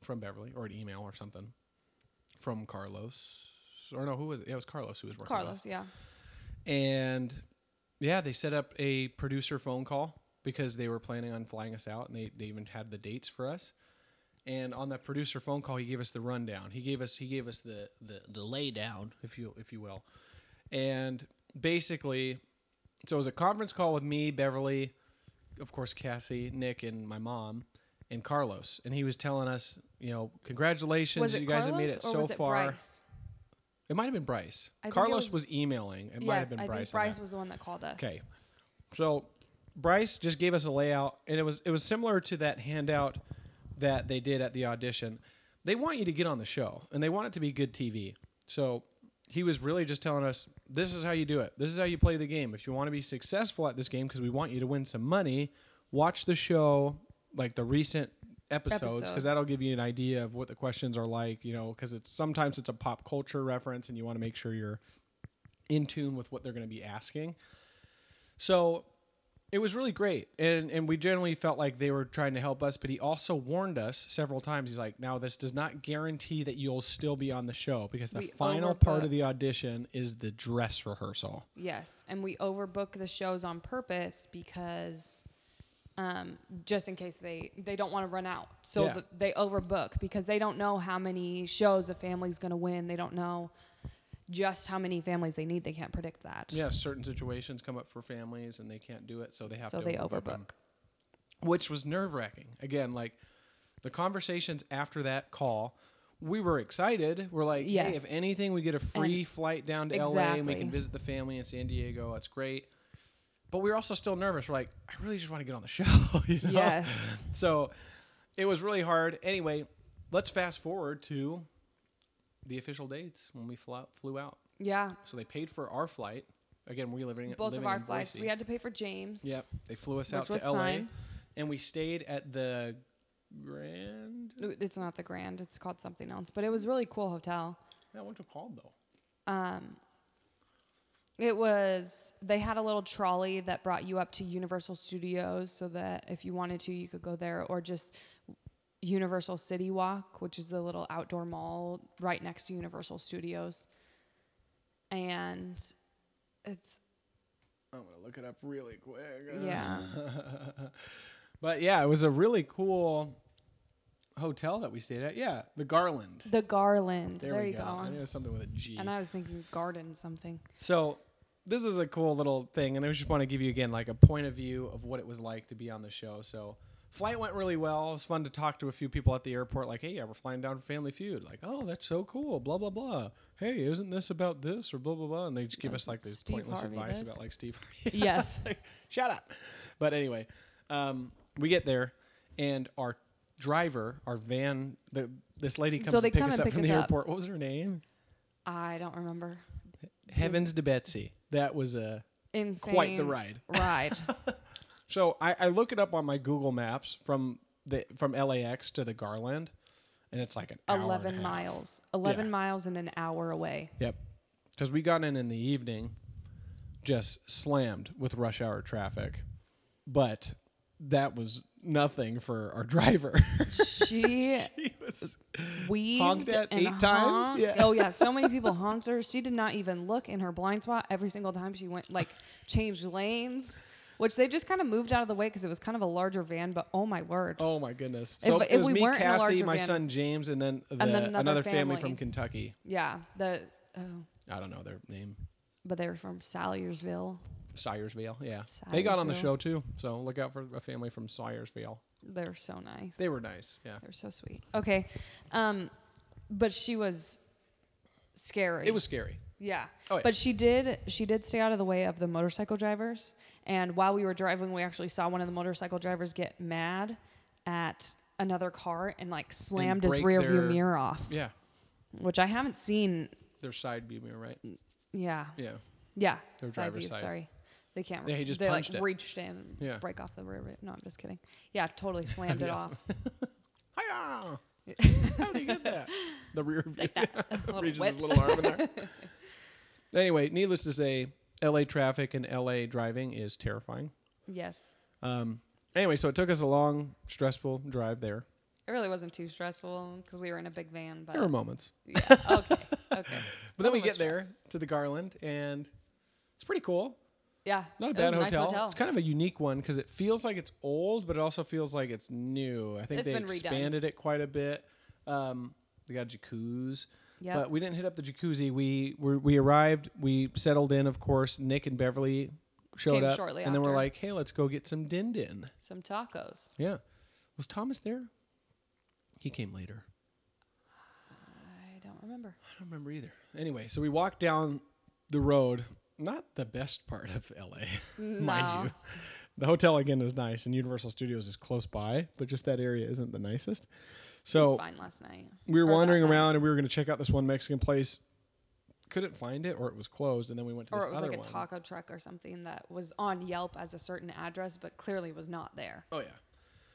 Speaker 1: from Beverly or an email or something from Carlos. Or no, who was it? Yeah, it was Carlos who was working. with us.
Speaker 2: Carlos, yeah.
Speaker 1: and yeah, they set up a producer phone call because they were planning on flying us out, and they, they even had the dates for us. And on that producer phone call, he gave us the rundown. He gave us he gave us the the, the lay down, if you if you will. And basically, so it was a conference call with me, Beverly, of course, Cassie, Nick, and my mom, and Carlos. And he was telling us, you know, congratulations,
Speaker 2: Was it
Speaker 1: you guys
Speaker 2: Carlos
Speaker 1: have made it
Speaker 2: or
Speaker 1: so
Speaker 2: was it
Speaker 1: far.
Speaker 2: Bryce?
Speaker 1: It might have been Bryce.
Speaker 2: I think it
Speaker 1: Carlos
Speaker 2: was-
Speaker 1: was, emailing. It
Speaker 2: yes,
Speaker 1: might have been
Speaker 2: I
Speaker 1: Bryce.
Speaker 2: think
Speaker 1: on that.
Speaker 2: Bryce was the one that called us.
Speaker 1: Okay. So Bryce just gave us a layout and it was it was similar to that handout that they did at the audition. They want you to get on the show and they want it to be good TV. So he was really just telling us this is how you do it. This is how you play the game. If you want to be successful at this game because we want you to win some money, watch the show like the recent episodes because
Speaker 2: Episodes.
Speaker 1: that'll give you an idea of what the questions are like, you know, because it's sometimes it's a pop culture reference and you want to make sure you're in tune with what they're going to be asking. So it was really great. And and we generally felt like they were trying to help us, but he also warned us several times. He's like, now this does not guarantee that you'll still be on the show because the
Speaker 2: We
Speaker 1: final part
Speaker 2: overbooked.
Speaker 1: of the audition is the dress rehearsal.
Speaker 2: Yes, and we overbook the shows on purpose because um, just in case they they don't want to run out, so
Speaker 1: Yeah.
Speaker 2: th- they overbook because they don't know how many shows a family's going to win. They don't know just how many families they need. They can't predict that.
Speaker 1: Yeah, certain situations come up for families and they can't do it, so they have
Speaker 2: so
Speaker 1: to
Speaker 2: they
Speaker 1: overbook 'em.
Speaker 2: overbook.
Speaker 1: which was nerve wracking. Again, like the conversations after that call, we were excited. We're like, hey,
Speaker 2: Yes.
Speaker 1: if anything, we get a free flight down to LA and we
Speaker 2: Exactly.
Speaker 1: can visit the family in San Diego. That's great. But we were also still nervous. We're like, I really just want to get on the show. you know?
Speaker 2: Yes.
Speaker 1: So it was really hard. Anyway, let's fast forward to the official dates when we flew out. Flew out.
Speaker 2: Yeah.
Speaker 1: So they paid for our flight. Again, we living
Speaker 2: Both
Speaker 1: living
Speaker 2: of our
Speaker 1: in
Speaker 2: flights.
Speaker 1: Boise.
Speaker 2: We had to pay for James.
Speaker 1: Yep. They flew us
Speaker 2: Which
Speaker 1: out to
Speaker 2: was
Speaker 1: LA
Speaker 2: fine.
Speaker 1: and we stayed at the Grand.
Speaker 2: No, It's not the Grand. It's called something else, but it was a really cool hotel.
Speaker 1: Yeah, what's it called though?
Speaker 2: It was they had a little trolley that brought you up to Universal Studios so that if you wanted to you could go there or just Universal City Walk, which is the little outdoor mall right next to Universal Studios. And it's
Speaker 1: I'm gonna look it up really quick.
Speaker 2: yeah.
Speaker 1: But yeah, it was a really cool hotel that we stayed at. Yeah, the Garland.
Speaker 2: The Garland. There,
Speaker 1: we
Speaker 2: you go.
Speaker 1: I think it was something with a G.
Speaker 2: And I was thinking garden something.
Speaker 1: so this is a cool little thing, and I just want to give you again like a point of view of what it was like to be on the show. So flight went really well. It was fun to talk to a few people at the airport, like, hey, yeah, we're flying down for Family Feud. Like, oh, that's so cool. Blah blah blah. Hey, isn't this about this or blah blah blah? And they just give
Speaker 2: Yeah,
Speaker 1: us like this
Speaker 2: Steve
Speaker 1: pointless
Speaker 2: Harvey
Speaker 1: advice
Speaker 2: does.
Speaker 1: about like Steve. Harvey.
Speaker 2: Yes.
Speaker 1: Like, shut up. But anyway, Um, we get there, and our driver, our van, the, this lady comes
Speaker 2: So
Speaker 1: to
Speaker 2: they
Speaker 1: pick
Speaker 2: come
Speaker 1: us
Speaker 2: and
Speaker 1: up
Speaker 2: pick
Speaker 1: from
Speaker 2: us
Speaker 1: the
Speaker 2: up.
Speaker 1: airport. What was her name?
Speaker 2: I don't remember.
Speaker 1: Heavens to Betsy. That was a
Speaker 2: Insane.
Speaker 1: quite the ride.
Speaker 2: Ride.
Speaker 1: So I, I look it up on my Google Maps from the from LAX to the Garland, and it's like an hour and a
Speaker 2: 11
Speaker 1: half.
Speaker 2: miles. 11
Speaker 1: Yeah.
Speaker 2: miles and an hour away.
Speaker 1: Yep, because we got in in the evening, just slammed with rush hour traffic, but that was nothing for our driver.
Speaker 2: She
Speaker 1: She was-
Speaker 2: weaved
Speaker 1: Honked at
Speaker 2: and
Speaker 1: eight times?
Speaker 2: honked.
Speaker 1: Yeah.
Speaker 2: Oh yeah, so many people honked her. She did not even look in her blind spot every single time she went like changed lanes, which they just kind of moved out of the way because it was kind of a larger van. But oh my word,
Speaker 1: oh my goodness! So
Speaker 2: If-
Speaker 1: it
Speaker 2: if
Speaker 1: was
Speaker 2: we
Speaker 1: me,
Speaker 2: weren't in a
Speaker 1: Cassie,
Speaker 2: larger
Speaker 1: my
Speaker 2: van-
Speaker 1: son James, and then, the,
Speaker 2: then
Speaker 1: another,
Speaker 2: another
Speaker 1: family.
Speaker 2: family.
Speaker 1: from Kentucky.
Speaker 2: yeah. The oh,
Speaker 1: I don't know their name.
Speaker 2: but they were from Salyersville.
Speaker 1: Syersville, yeah. They got on the
Speaker 2: Syersville.
Speaker 1: show too, so look out for a family from Syersville.
Speaker 2: They're so nice.
Speaker 1: They were nice, yeah.
Speaker 2: They're so sweet. Okay, um, but she was scary.
Speaker 1: It was scary.
Speaker 2: Yeah.
Speaker 1: Oh, yeah.
Speaker 2: But she did she did stay out of the way of the motorcycle drivers. And while we were driving, we actually saw one of the motorcycle drivers get mad at another car and like slammed his
Speaker 1: break
Speaker 2: rear
Speaker 1: their-
Speaker 2: view mirror off.
Speaker 1: Yeah,
Speaker 2: Which I haven't seen
Speaker 1: their side view mirror, right?
Speaker 2: Mm. yeah.
Speaker 1: Yeah,
Speaker 2: Yeah.
Speaker 1: Their
Speaker 2: side
Speaker 1: driver's
Speaker 2: view,
Speaker 1: side.
Speaker 2: sorry. They can't
Speaker 1: Yeah, he just
Speaker 2: they
Speaker 1: punched
Speaker 2: like
Speaker 1: it.
Speaker 2: reached in and
Speaker 1: Yeah.
Speaker 2: break off the rear view. No, I'm just kidding. Yeah, totally slammed it off.
Speaker 1: Hiya! How do you get that? The rear view
Speaker 2: Little
Speaker 1: reaches
Speaker 2: whip.
Speaker 1: his little arm in there. anyway, needless to say, L.A. traffic and L.A. driving is terrifying.
Speaker 2: Yes.
Speaker 1: Um, anyway, so it took us a long, stressful drive there.
Speaker 2: It really wasn't too stressful because we were in a big van, but
Speaker 1: There were moments,
Speaker 2: yeah. okay. Okay.
Speaker 1: but then we
Speaker 2: Some
Speaker 1: get
Speaker 2: was
Speaker 1: there
Speaker 2: stress.
Speaker 1: to the Garland, and it's pretty cool.
Speaker 2: Yeah.
Speaker 1: Not a
Speaker 2: it
Speaker 1: bad
Speaker 2: was
Speaker 1: hotel.
Speaker 2: nice hotel.
Speaker 1: It's kind of a unique one because it feels like it's old, but it also feels like it's new. I think
Speaker 2: It's
Speaker 1: they
Speaker 2: been redone.
Speaker 1: expanded it quite a bit. Um, they got jacuzzi.
Speaker 2: Yep.
Speaker 1: But we didn't hit up the jacuzzi. We were, we arrived. We settled in. Of course, Nick and Beverly showed
Speaker 2: Came
Speaker 1: up,
Speaker 2: shortly
Speaker 1: and then we're
Speaker 2: after.
Speaker 1: like, "Hey, let's go get some din din."
Speaker 2: Some tacos.
Speaker 1: Yeah, was Thomas there? He came later.
Speaker 2: I don't remember.
Speaker 1: I don't remember either. Anyway, so we walked down the road. Not the best part of LA, mind
Speaker 2: No.
Speaker 1: you. The hotel again was nice, and Universal Studios is close by, but just that area isn't the nicest.
Speaker 2: It
Speaker 1: So
Speaker 2: was fine last night.
Speaker 1: we
Speaker 2: Or
Speaker 1: were
Speaker 2: that
Speaker 1: wandering
Speaker 2: night.
Speaker 1: around, and we were going to check out this one Mexican place. Couldn't find it, or it was closed, and then we went to this
Speaker 2: Or it was
Speaker 1: other
Speaker 2: like a
Speaker 1: one.
Speaker 2: taco truck or something that was on Yelp as a certain address, but clearly was not there.
Speaker 1: Oh yeah.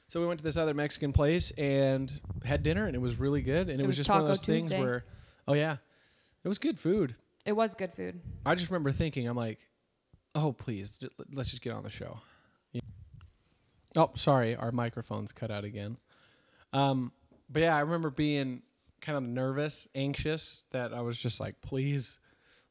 Speaker 1: So we went to this other Mexican place and had dinner, and it was really good. And it,
Speaker 2: It
Speaker 1: was,
Speaker 2: was
Speaker 1: just one of
Speaker 2: Taco
Speaker 1: those things
Speaker 2: Tuesday.
Speaker 1: where, oh yeah, it was good food.
Speaker 2: It was good food.
Speaker 1: I just remember thinking, I'm like, oh please, j- let's just get on the show. Yeah. Oh, sorry, our microphone's cut out again. Um, but yeah, I remember being kind of nervous, anxious that I was just like, please,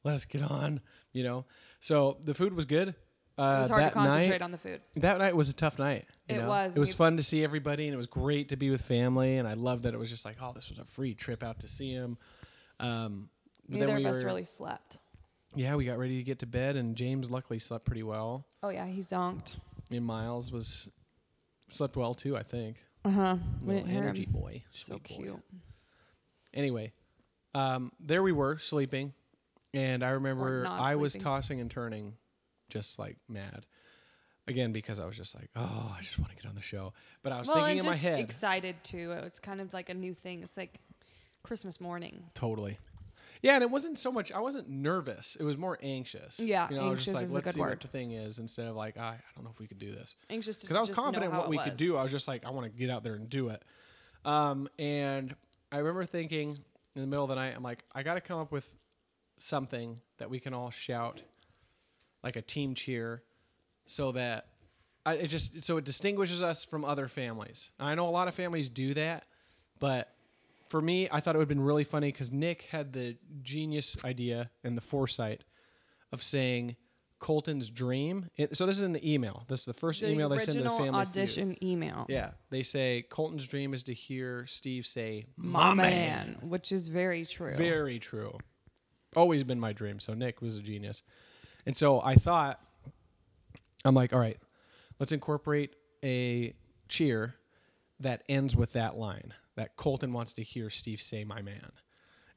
Speaker 1: let us get on, you know. So the food was good. Uh,
Speaker 2: It was hard
Speaker 1: that
Speaker 2: to concentrate
Speaker 1: night,
Speaker 2: on the food.
Speaker 1: that night was a tough night. you
Speaker 2: It
Speaker 1: know?
Speaker 2: was,
Speaker 1: It
Speaker 2: and
Speaker 1: was
Speaker 2: you-
Speaker 1: fun to see everybody, and it was great to be with family. And I loved that it was just like, oh, this was a free trip out to see him. Um, but
Speaker 2: Neither
Speaker 1: then
Speaker 2: of
Speaker 1: we
Speaker 2: us
Speaker 1: were,
Speaker 2: really slept.
Speaker 1: yeah, we got ready to get to bed, and James luckily slept pretty well.
Speaker 2: Oh yeah, he zonked.
Speaker 1: And Miles was slept well too, I think.
Speaker 2: Uh huh. We
Speaker 1: Little
Speaker 2: didn't hear
Speaker 1: energy
Speaker 2: him.
Speaker 1: boy,
Speaker 2: So
Speaker 1: sweet boy.
Speaker 2: cute.
Speaker 1: Anyway, um, there we were sleeping, and I remember
Speaker 2: not
Speaker 1: I was
Speaker 2: sleeping.
Speaker 1: tossing and turning, just like mad. Again, because I was just like, oh, I just want to get on the show. But I was
Speaker 2: well,
Speaker 1: thinking
Speaker 2: and
Speaker 1: in
Speaker 2: just
Speaker 1: my head,
Speaker 2: excited too. It was kind of like a new thing. It's like Christmas morning.
Speaker 1: Totally. Yeah, and it wasn't so much. I wasn't nervous. It was more anxious.
Speaker 2: Yeah,
Speaker 1: you know, I was
Speaker 2: anxious
Speaker 1: just like,
Speaker 2: is a
Speaker 1: let's
Speaker 2: good
Speaker 1: see what
Speaker 2: word.
Speaker 1: the thing is, instead of like, I, I don't know if we could do this,
Speaker 2: Anxious to
Speaker 1: because I was
Speaker 2: just know
Speaker 1: confident in
Speaker 2: how
Speaker 1: what
Speaker 2: it
Speaker 1: we
Speaker 2: was.
Speaker 1: could do. I was just like, I want to get out there and do it. Um, and I remember thinking in the middle of the night, I'm like, I got to come up with something that we can all shout, like a team cheer, so that I, it just so it distinguishes us from other families. And I know a lot of families do that, but for me, I thought it would have been really funny because Nick had the genius idea and the foresight of saying Colton's dream. It, so this is in the email. This is the first
Speaker 2: The
Speaker 1: email they send to the
Speaker 2: original
Speaker 1: family. feud.
Speaker 2: audition email.
Speaker 1: Yeah, they say Colton's dream is to hear Steve say
Speaker 2: My man, which is very true.
Speaker 1: very true. Always been my dream. So Nick was a genius. And so I thought, I'm like, all right, let's incorporate a cheer that ends with that line that Colton wants to hear Steve say, my man.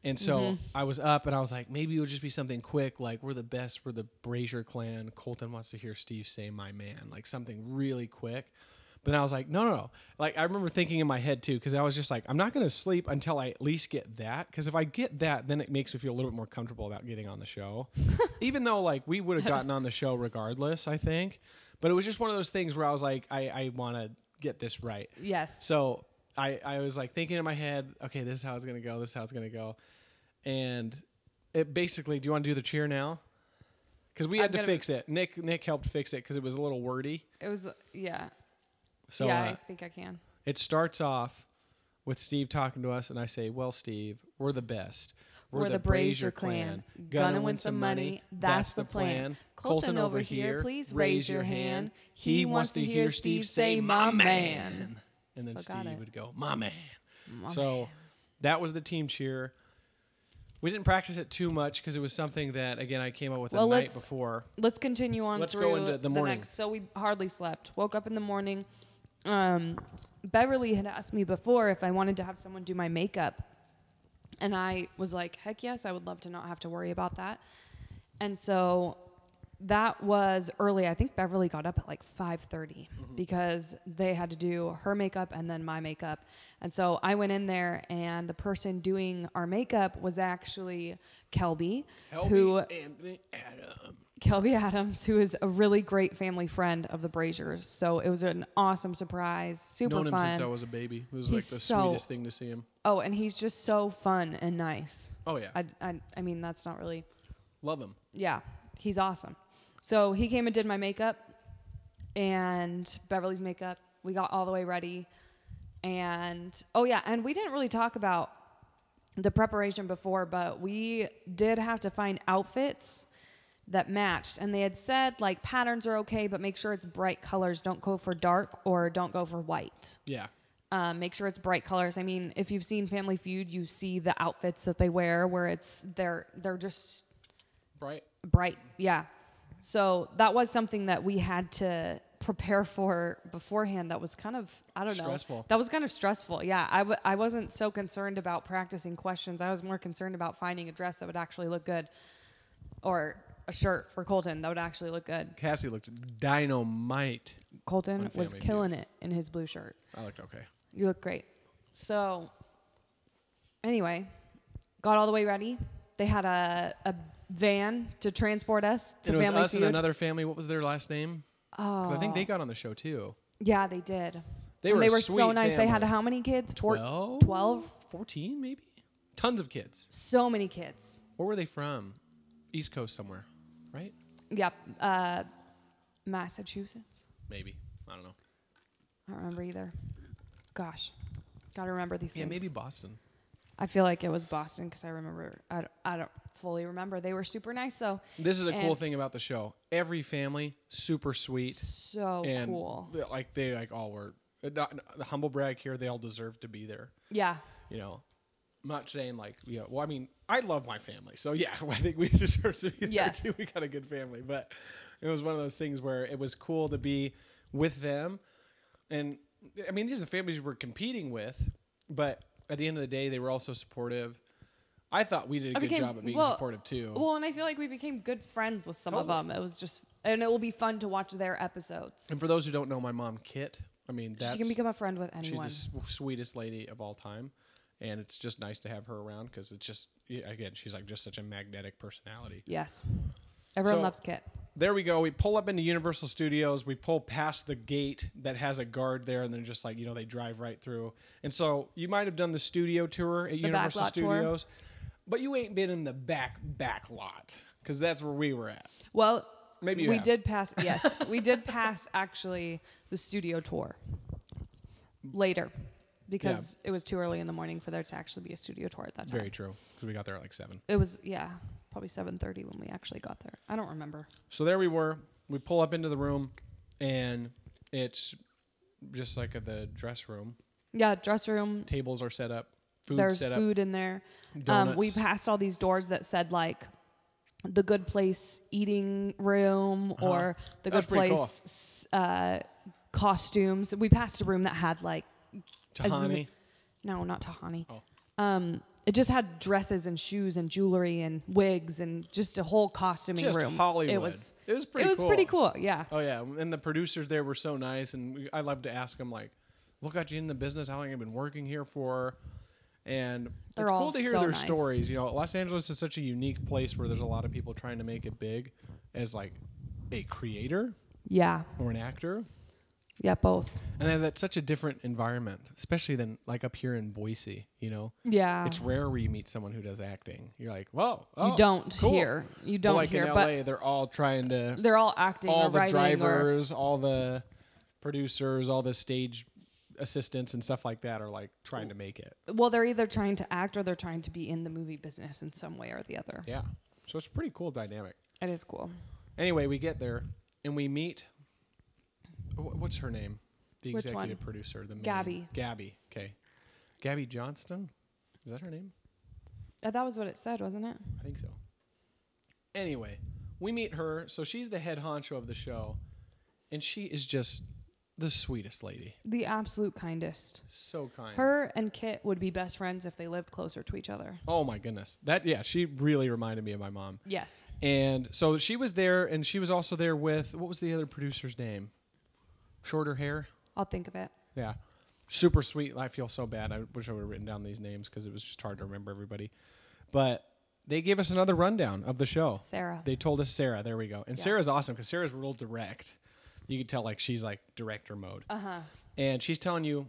Speaker 1: And so I was up and I was like, maybe it'll just be something quick, like we're the best, we're the Brazier clan. Colton wants to hear Steve say, my man, like something really quick. But then I was like, no, no, no. Like I remember thinking in my head too, because I was just like, I'm not going to sleep until I at least get that. Because if I get that, then it makes me feel a little bit more comfortable about getting on the show. Even though like we would have gotten on the show regardless, I think. But it was just one of those things where I was like, I, I want to get this right.
Speaker 2: Yes.
Speaker 1: So I, I was like thinking in my head, okay, this is how it's gonna go. This is how it's gonna go, and it basically. Do you want to do the cheer now? Because we
Speaker 2: I'm
Speaker 1: had to
Speaker 2: gonna-
Speaker 1: fix it. Nick Nick helped fix it because it was a little wordy.
Speaker 2: It was yeah.
Speaker 1: So
Speaker 2: yeah,
Speaker 1: uh,
Speaker 2: I think I can.
Speaker 1: it starts off with Steve talking to us, and I say, "Well, Steve, we're the best.
Speaker 2: We're the Brazier clan. Gonna win some money. That's the plan. Colton over here, please raise your hand. He wants to hear Steve say, "My man."
Speaker 1: And then
Speaker 2: Still got
Speaker 1: Steve
Speaker 2: it.
Speaker 1: would go, "My man." so that was the team cheer. We didn't practice it too much because it was something that again I came up with
Speaker 2: Well,
Speaker 1: the night
Speaker 2: let's-
Speaker 1: before.
Speaker 2: Let's continue on
Speaker 1: Let's
Speaker 2: through
Speaker 1: go into the morning.
Speaker 2: next. So we hardly slept. Woke up in the morning. Um, Beverly had asked me before if I wanted to have someone do my makeup. And I was like, heck yes, I would love to not have to worry about that. And so that was early. I think Beverly got up at like 5:30
Speaker 1: Mm-hmm.
Speaker 2: because they had to do her makeup and then my makeup. And so I went in there and the person doing our makeup was actually Kelby, who
Speaker 1: Helby Anthony Adam.
Speaker 2: Kelby Adams, who is a really great family friend of the Braziers. So it was an awesome surprise, super
Speaker 1: Known him
Speaker 2: fun.
Speaker 1: since I was a baby. It was like
Speaker 2: He's
Speaker 1: the
Speaker 2: so-
Speaker 1: sweetest thing to see him.
Speaker 2: oh, and he's just so fun and nice.
Speaker 1: Oh yeah,
Speaker 2: I, I, I mean, that's not really.
Speaker 1: love him.
Speaker 2: Yeah, he's awesome. So he came and did my makeup and Beverly's makeup. We got all the way ready. And oh, yeah, and we didn't really talk about the preparation before, but we did have to find outfits that matched. And they had said, like, patterns are okay, but make sure it's bright colors. Don't go for dark or don't go for white.
Speaker 1: Yeah,
Speaker 2: Um, make sure it's bright colors. I mean, if you've seen Family Feud, you see the outfits that they wear where it's they're they're just
Speaker 1: right.
Speaker 2: bright yeah so that was something that we had to prepare for beforehand that was kind of i don't know
Speaker 1: Stressful.
Speaker 2: that was kind of stressful yeah I w- I wasn't so concerned about practicing questions i was more concerned about finding a dress that would actually look good or a shirt for colton that would actually look good
Speaker 1: Cassie looked dynamite.
Speaker 2: colton
Speaker 1: On
Speaker 2: was
Speaker 1: Family Feud.
Speaker 2: killing it in his blue shirt
Speaker 1: I looked okay.
Speaker 2: you look great. So, anyway, got all the way ready. They had a, a van to transport us to
Speaker 1: And it was
Speaker 2: Family
Speaker 1: us
Speaker 2: Feud.
Speaker 1: and another family. What was their last name? Because I think they got on the show too.
Speaker 2: yeah, they did.
Speaker 1: They
Speaker 2: And
Speaker 1: were
Speaker 2: they
Speaker 1: a
Speaker 2: were so
Speaker 1: sweet
Speaker 2: nice. They had
Speaker 1: family.
Speaker 2: how many kids? Four-
Speaker 1: 12?
Speaker 2: 12?
Speaker 1: 14 maybe? Tons of kids.
Speaker 2: So many kids.
Speaker 1: Where were they from? East Coast somewhere, right?
Speaker 2: Yep. Uh, Massachusetts.
Speaker 1: Maybe. I don't know.
Speaker 2: I don't remember either. Gosh, gotta remember these
Speaker 1: Yeah,
Speaker 2: things.
Speaker 1: maybe Boston.
Speaker 2: I feel like it was Boston because I remember. I don't, I don't fully remember. They were super nice though.
Speaker 1: This is a cool
Speaker 2: And-
Speaker 1: thing about the show. Every family, super sweet.
Speaker 2: So
Speaker 1: and
Speaker 2: cool.
Speaker 1: they- like they like all were uh, not, the humble brag here, they all deserve to be there.
Speaker 2: Yeah.
Speaker 1: You know. I'm not saying like, you know, well, I mean, I love my family. So yeah, I think we deserve to be there
Speaker 2: Yes.
Speaker 1: too. We got a good family. But it was one of those things where it was cool to be with them and I mean, these are the families we were competing with, but at the end of the day, they were also supportive. I thought we did a
Speaker 2: I
Speaker 1: good
Speaker 2: became-
Speaker 1: job of being
Speaker 2: well,
Speaker 1: supportive too.
Speaker 2: Well, and I feel like we became good friends with some of
Speaker 1: Totally.
Speaker 2: them. It was just, and it will be fun to watch their episodes.
Speaker 1: and for those who don't know, my mom, Kit, I mean, that's
Speaker 2: she can become a friend with
Speaker 1: she's the
Speaker 2: anyone.
Speaker 1: s- sweetest lady of all time, and it's just nice to have her around because it's just yeah, again, she's like just such a magnetic personality.
Speaker 2: Yes. Everyone
Speaker 1: So-
Speaker 2: loves Kit.
Speaker 1: There we go. We pull up into Universal Studios. We pull past the gate that has a guard there, and they're just like, you know, they drive right through. And so you might have done the studio tour at Universal
Speaker 2: backlot tour.
Speaker 1: Studios, but you ain't been in the back back lot because that's where we were at.
Speaker 2: Well,
Speaker 1: Maybe you
Speaker 2: we
Speaker 1: have.
Speaker 2: did pass. Yes, we did pass actually the studio tour later because it was too early in the morning for there to actually be a studio tour at that time.
Speaker 1: Very true because we got there at like seven.
Speaker 2: It was yeah, probably seven thirty when we actually got there. I don't remember.
Speaker 1: So there we were. We pull up into the room, and it's just like at the dress room.
Speaker 2: Yeah, dress room.
Speaker 1: Tables are set up. Food
Speaker 2: there's
Speaker 1: set up.
Speaker 2: food in there. Um, we
Speaker 1: Donuts.
Speaker 2: passed all these doors that said like the good place eating room or the
Speaker 1: That's
Speaker 2: good
Speaker 1: Uh-huh. pretty
Speaker 2: place
Speaker 1: cool.
Speaker 2: s- uh, costumes. We passed a room that had like as m-
Speaker 1: Tahani.
Speaker 2: no, not Tahani.
Speaker 1: Oh.
Speaker 2: Um, It just had dresses and shoes and jewelry and wigs and just a whole costuming
Speaker 1: Just
Speaker 2: room.
Speaker 1: Hollywood.
Speaker 2: It was.
Speaker 1: It was pretty
Speaker 2: It was
Speaker 1: cool.
Speaker 2: pretty cool. Yeah.
Speaker 1: Oh yeah, and the producers there were so nice, and we, I love to ask them like, "What got you in the business? How long have you been working here for?" And
Speaker 2: They're
Speaker 1: it's cool
Speaker 2: all
Speaker 1: to hear
Speaker 2: so
Speaker 1: their
Speaker 2: nice.
Speaker 1: stories. You know, Los Angeles is such a unique place where there's a lot of people trying to make it big, as like a creator
Speaker 2: Yeah.
Speaker 1: or an actor,
Speaker 2: Yeah. Both.
Speaker 1: and then that's such a different environment, especially than like up here in Boise. You know,
Speaker 2: Yeah.
Speaker 1: it's rare where you meet someone who does acting. You're like, "Whoa, oh,
Speaker 2: you don't
Speaker 1: cool."
Speaker 2: hear. You
Speaker 1: But,
Speaker 2: don't
Speaker 1: like
Speaker 2: hear.
Speaker 1: in
Speaker 2: but
Speaker 1: LA, they're all trying to
Speaker 2: they're all acting
Speaker 1: all
Speaker 2: or
Speaker 1: the
Speaker 2: writing or
Speaker 1: drivers, all the producers, all the stage assistants and stuff like that are like trying to make it.
Speaker 2: well, they're either trying to act or they're trying to be in the movie business in some way or the other.
Speaker 1: Yeah. So it's a pretty cool dynamic.
Speaker 2: It is cool.
Speaker 1: Anyway, we get there and we meet wh- what's her name? The
Speaker 2: Which
Speaker 1: executive
Speaker 2: one?
Speaker 1: producer, the main-
Speaker 2: Gabby.
Speaker 1: Gabby. Okay. Gabby Johnston? Is that her name?
Speaker 2: Uh, that was what it said, wasn't it?
Speaker 1: I think so. Anyway, we meet her. So she's the head honcho of the show and she is just the sweetest lady.
Speaker 2: The absolute kindest.
Speaker 1: So kind.
Speaker 2: Her and Kit would be best friends if they lived closer to each other.
Speaker 1: Oh my goodness. That yeah, she really reminded me of my mom.
Speaker 2: Yes.
Speaker 1: And so she was there, and she was also there with what was the other producer's name? Shorter hair.
Speaker 2: I'll think of it.
Speaker 1: Yeah, super sweet. I feel so bad. I wish I would have written down these names because it was just hard to remember everybody. But they gave us another rundown of the show.
Speaker 2: Sarah.
Speaker 1: They told us Sarah. There we go. And
Speaker 2: Yeah.
Speaker 1: Sarah's awesome because Sarah's real direct. You could tell like she's like director mode. Uh
Speaker 2: Uh-huh.
Speaker 1: huh. And she's telling you.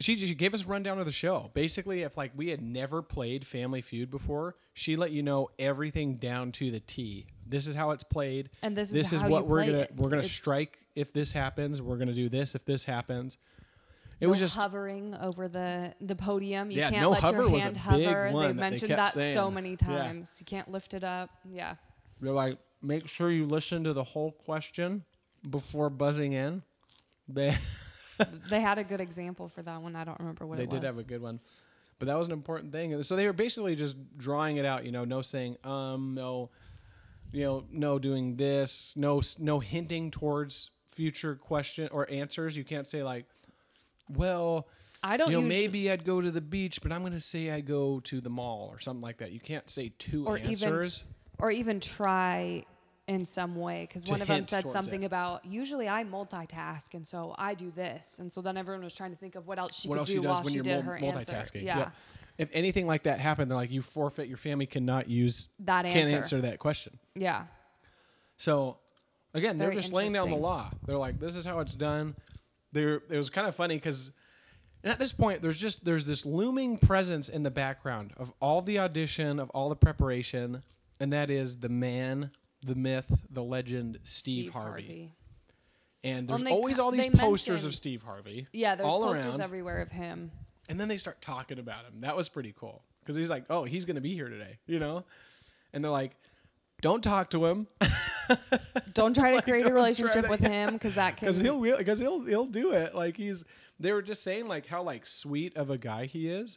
Speaker 1: She, she gave us a rundown of the show. Basically, if like we had never played Family Feud before, she let you know everything down to the T. This is how it's played.
Speaker 2: And this is
Speaker 1: this is
Speaker 2: how
Speaker 1: what
Speaker 2: you
Speaker 1: we're
Speaker 2: play
Speaker 1: gonna
Speaker 2: it.
Speaker 1: we're gonna
Speaker 2: It's-
Speaker 1: strike if this happens. We're gonna do this if this happens. It
Speaker 2: No
Speaker 1: was just
Speaker 2: hovering over the the podium. You
Speaker 1: Yeah,
Speaker 2: can't
Speaker 1: no
Speaker 2: let
Speaker 1: hover
Speaker 2: your
Speaker 1: was a
Speaker 2: hand
Speaker 1: big
Speaker 2: hover.
Speaker 1: one
Speaker 2: they
Speaker 1: that they
Speaker 2: mentioned
Speaker 1: kept
Speaker 2: that so
Speaker 1: saying.
Speaker 2: many
Speaker 1: Yeah.
Speaker 2: times. You can't lift it up. Yeah.
Speaker 1: They're like, make sure you listen to the whole question before buzzing in. They
Speaker 2: they had a good example for that one. I don't remember what
Speaker 1: they
Speaker 2: it was.
Speaker 1: did have a good one, but that was an important thing. So they were basically just drawing it out. You know, no saying um, no, you know, no doing this, no s- no hinting towards future question or answers. You can't say like, well,
Speaker 2: I don't
Speaker 1: you know,
Speaker 2: usu-
Speaker 1: maybe I'd go to the beach, but I'm going to say I go to the mall or something like that. You can't say two
Speaker 2: Or even-
Speaker 1: answers.
Speaker 2: or even try in some way because
Speaker 1: To
Speaker 2: one of them
Speaker 1: hint
Speaker 2: said
Speaker 1: towards
Speaker 2: something
Speaker 1: it.
Speaker 2: about usually I multitask and so I do this and so then everyone was trying to think of what else she
Speaker 1: what
Speaker 2: could
Speaker 1: else
Speaker 2: do
Speaker 1: she does
Speaker 2: while
Speaker 1: when
Speaker 2: she
Speaker 1: you're
Speaker 2: did
Speaker 1: mul-
Speaker 2: her answer.
Speaker 1: multitasking.
Speaker 2: Yeah,
Speaker 1: Yep. If anything like that happened, they're like, you forfeit. Your family cannot use
Speaker 2: That
Speaker 1: Can't
Speaker 2: answer.
Speaker 1: answer that question.
Speaker 2: yeah,
Speaker 1: So, again, they're
Speaker 2: Very
Speaker 1: just laying down the
Speaker 2: interesting.
Speaker 1: law. They're like, this is how it's done. There, it was kind of funny because, and at this point, there's just there's this looming presence in the background of all the audition, of all the preparation, and that is the man, the myth, the legend, Steve, Harvey. And
Speaker 2: Well,
Speaker 1: there's
Speaker 2: and they
Speaker 1: always
Speaker 2: co-
Speaker 1: all these
Speaker 2: they
Speaker 1: posters of
Speaker 2: mentioned-
Speaker 1: Steve Harvey.
Speaker 2: Yeah, there's
Speaker 1: all
Speaker 2: posters
Speaker 1: around.
Speaker 2: everywhere of him.
Speaker 1: And then they start talking about him. That was pretty cool because he's like, "Oh, he's gonna be here today," you know. And they're like, "Don't talk to him
Speaker 2: Don't try to create
Speaker 1: don't
Speaker 2: a
Speaker 1: try
Speaker 2: relationship
Speaker 1: to-
Speaker 2: with him because that can.
Speaker 1: because he'll because he'll he'll do it." Like he's they were just saying like how like sweet of a guy he is,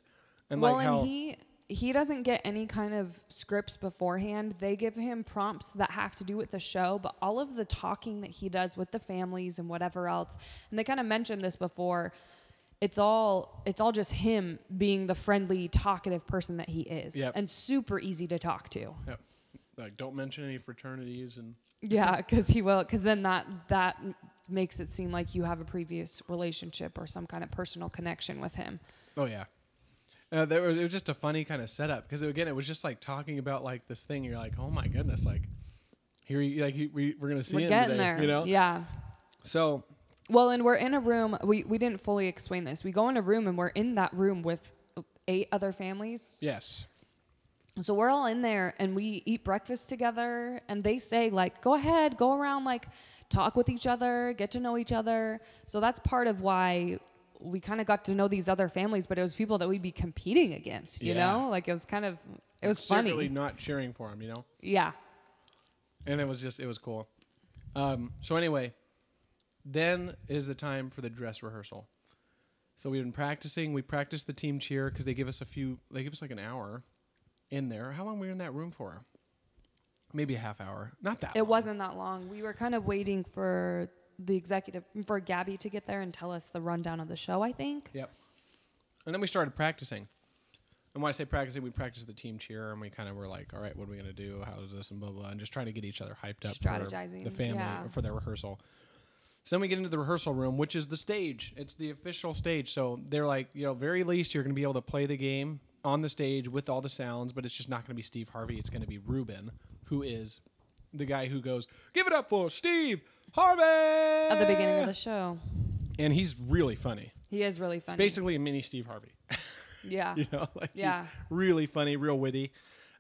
Speaker 1: and
Speaker 2: well,
Speaker 1: like
Speaker 2: and
Speaker 1: how
Speaker 2: he he doesn't get any kind of scripts beforehand. They give him prompts that have to do with the show, but all of the talking that he does with the families and whatever else, and they kind of mentioned this before. It's all it's all just him being the friendly, talkative person that he is,
Speaker 1: Yep.
Speaker 2: and super easy to talk to.
Speaker 1: yeah, like don't mention any fraternities and
Speaker 2: Yeah, because he will. Because then that that makes it seem like you have a previous relationship or some kind of personal connection with him.
Speaker 1: Oh yeah. Uh, there was it was just a funny kind of setup because again it was just like talking about like this thing. You're like, oh my goodness, like here you like you, we we're gonna see
Speaker 2: We're
Speaker 1: him
Speaker 2: getting
Speaker 1: today,
Speaker 2: there.
Speaker 1: you know.
Speaker 2: Yeah.
Speaker 1: So
Speaker 2: Well, and we're in a room. We, we didn't fully explain this. We go in a room and we're in that room with eight other families.
Speaker 1: yes,
Speaker 2: So we're all in there and we eat breakfast together. And they say, like, go ahead, go around, like, talk with each other, get to know each other. So that's part of why we kind of got to know these other families, but it was people that we'd be competing against, you
Speaker 1: Yeah.
Speaker 2: know? Like, it was kind of, it was
Speaker 1: secretly
Speaker 2: funny.
Speaker 1: not cheering for him, you know.
Speaker 2: Yeah.
Speaker 1: And it was just it was cool. Um, so anyway, then is the time for the dress rehearsal. So we've been practicing. We practiced the team cheer because they give us a few. They give us like an hour in there. How long were we in that room for? Maybe a half hour. Not that.
Speaker 2: It
Speaker 1: long.
Speaker 2: wasn't that long. We were kind of waiting for the executive, for Gabby to get there and tell us the rundown of the show, I think.
Speaker 1: Yep. And then we started practicing. And when I say practicing, we practiced the team cheer, and we kind of were like, all right, what are we gonna do? How is this? And blah blah, and just trying to get each other hyped up. for
Speaker 2: Strategizing,
Speaker 1: the family
Speaker 2: yeah.
Speaker 1: or for their rehearsal. So then we get into the rehearsal room, which is the stage. It's the official stage. So they're like, you know, very least you're gonna be able to play the game on the stage with all the sounds, but it's just not gonna be Steve Harvey. It's gonna be Ruben, who is the guy who goes, give it up for Steve Harvey
Speaker 2: At the beginning of the show,
Speaker 1: and he's really funny.
Speaker 2: he is really funny.
Speaker 1: Basically, a mini Steve Harvey.
Speaker 2: yeah.
Speaker 1: you know, like
Speaker 2: Yeah.
Speaker 1: he's really funny, real witty.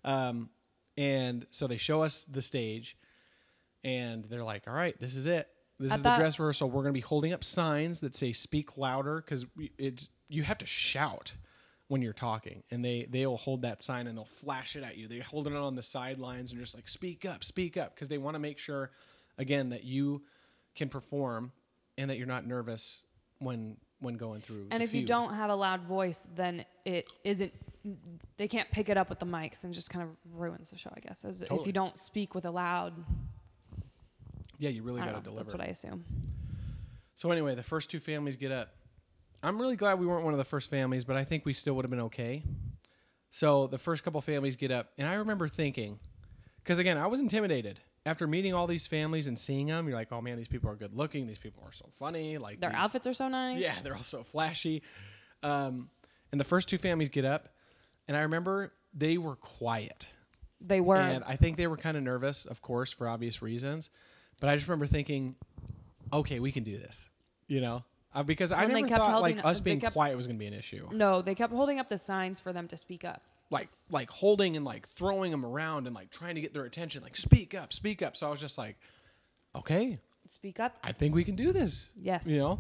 Speaker 1: Um, and so they show us the stage, and they're like, "All right, this is it. This
Speaker 2: I
Speaker 1: is
Speaker 2: thought-
Speaker 1: the dress rehearsal. We're going to be holding up signs that say speak louder because it's you have to shout." When you're talking, and they they'll hold that sign and they'll flash it at you. They hold it on the sidelines and just like speak up, speak up, because they want to make sure, again, that you can perform and that you're not nervous when when going through.
Speaker 2: And
Speaker 1: the
Speaker 2: if you
Speaker 1: feud.
Speaker 2: don't have a loud voice, then it isn't. They can't pick it up with the mics and just kind of ruins the show, I guess. As If
Speaker 1: Totally.
Speaker 2: you don't speak with a loud,
Speaker 1: yeah, you really
Speaker 2: I
Speaker 1: got
Speaker 2: don't
Speaker 1: to
Speaker 2: know,
Speaker 1: deliver.
Speaker 2: that's what I assume.
Speaker 1: So anyway, the first two families get up. I'm really glad we weren't one of the first families, but I think we still would have been okay. So the first couple families get up, and I remember thinking, because again, I was intimidated after meeting all these families and seeing them. You're like, oh man, these people are good looking. These people are so funny. Like
Speaker 2: Their
Speaker 1: these-
Speaker 2: outfits are so nice.
Speaker 1: yeah, they're all so flashy. Um, and the first two families get up, and I remember they were quiet.
Speaker 2: They were.
Speaker 1: And I think they were kind of nervous, of course, for obvious reasons. But I just remember thinking, okay, we can do this, you know, uh, because I
Speaker 2: And they
Speaker 1: never
Speaker 2: kept
Speaker 1: thought like
Speaker 2: holding-
Speaker 1: us
Speaker 2: they
Speaker 1: being
Speaker 2: kept-
Speaker 1: quiet was going to be an issue.
Speaker 2: no, they kept holding up the signs for them to speak up.
Speaker 1: Like, like holding and like throwing them around and like trying to get their attention, like speak up, speak up. So I was just like, okay,
Speaker 2: Speak up.
Speaker 1: I think we can do this.
Speaker 2: Yes.
Speaker 1: You know?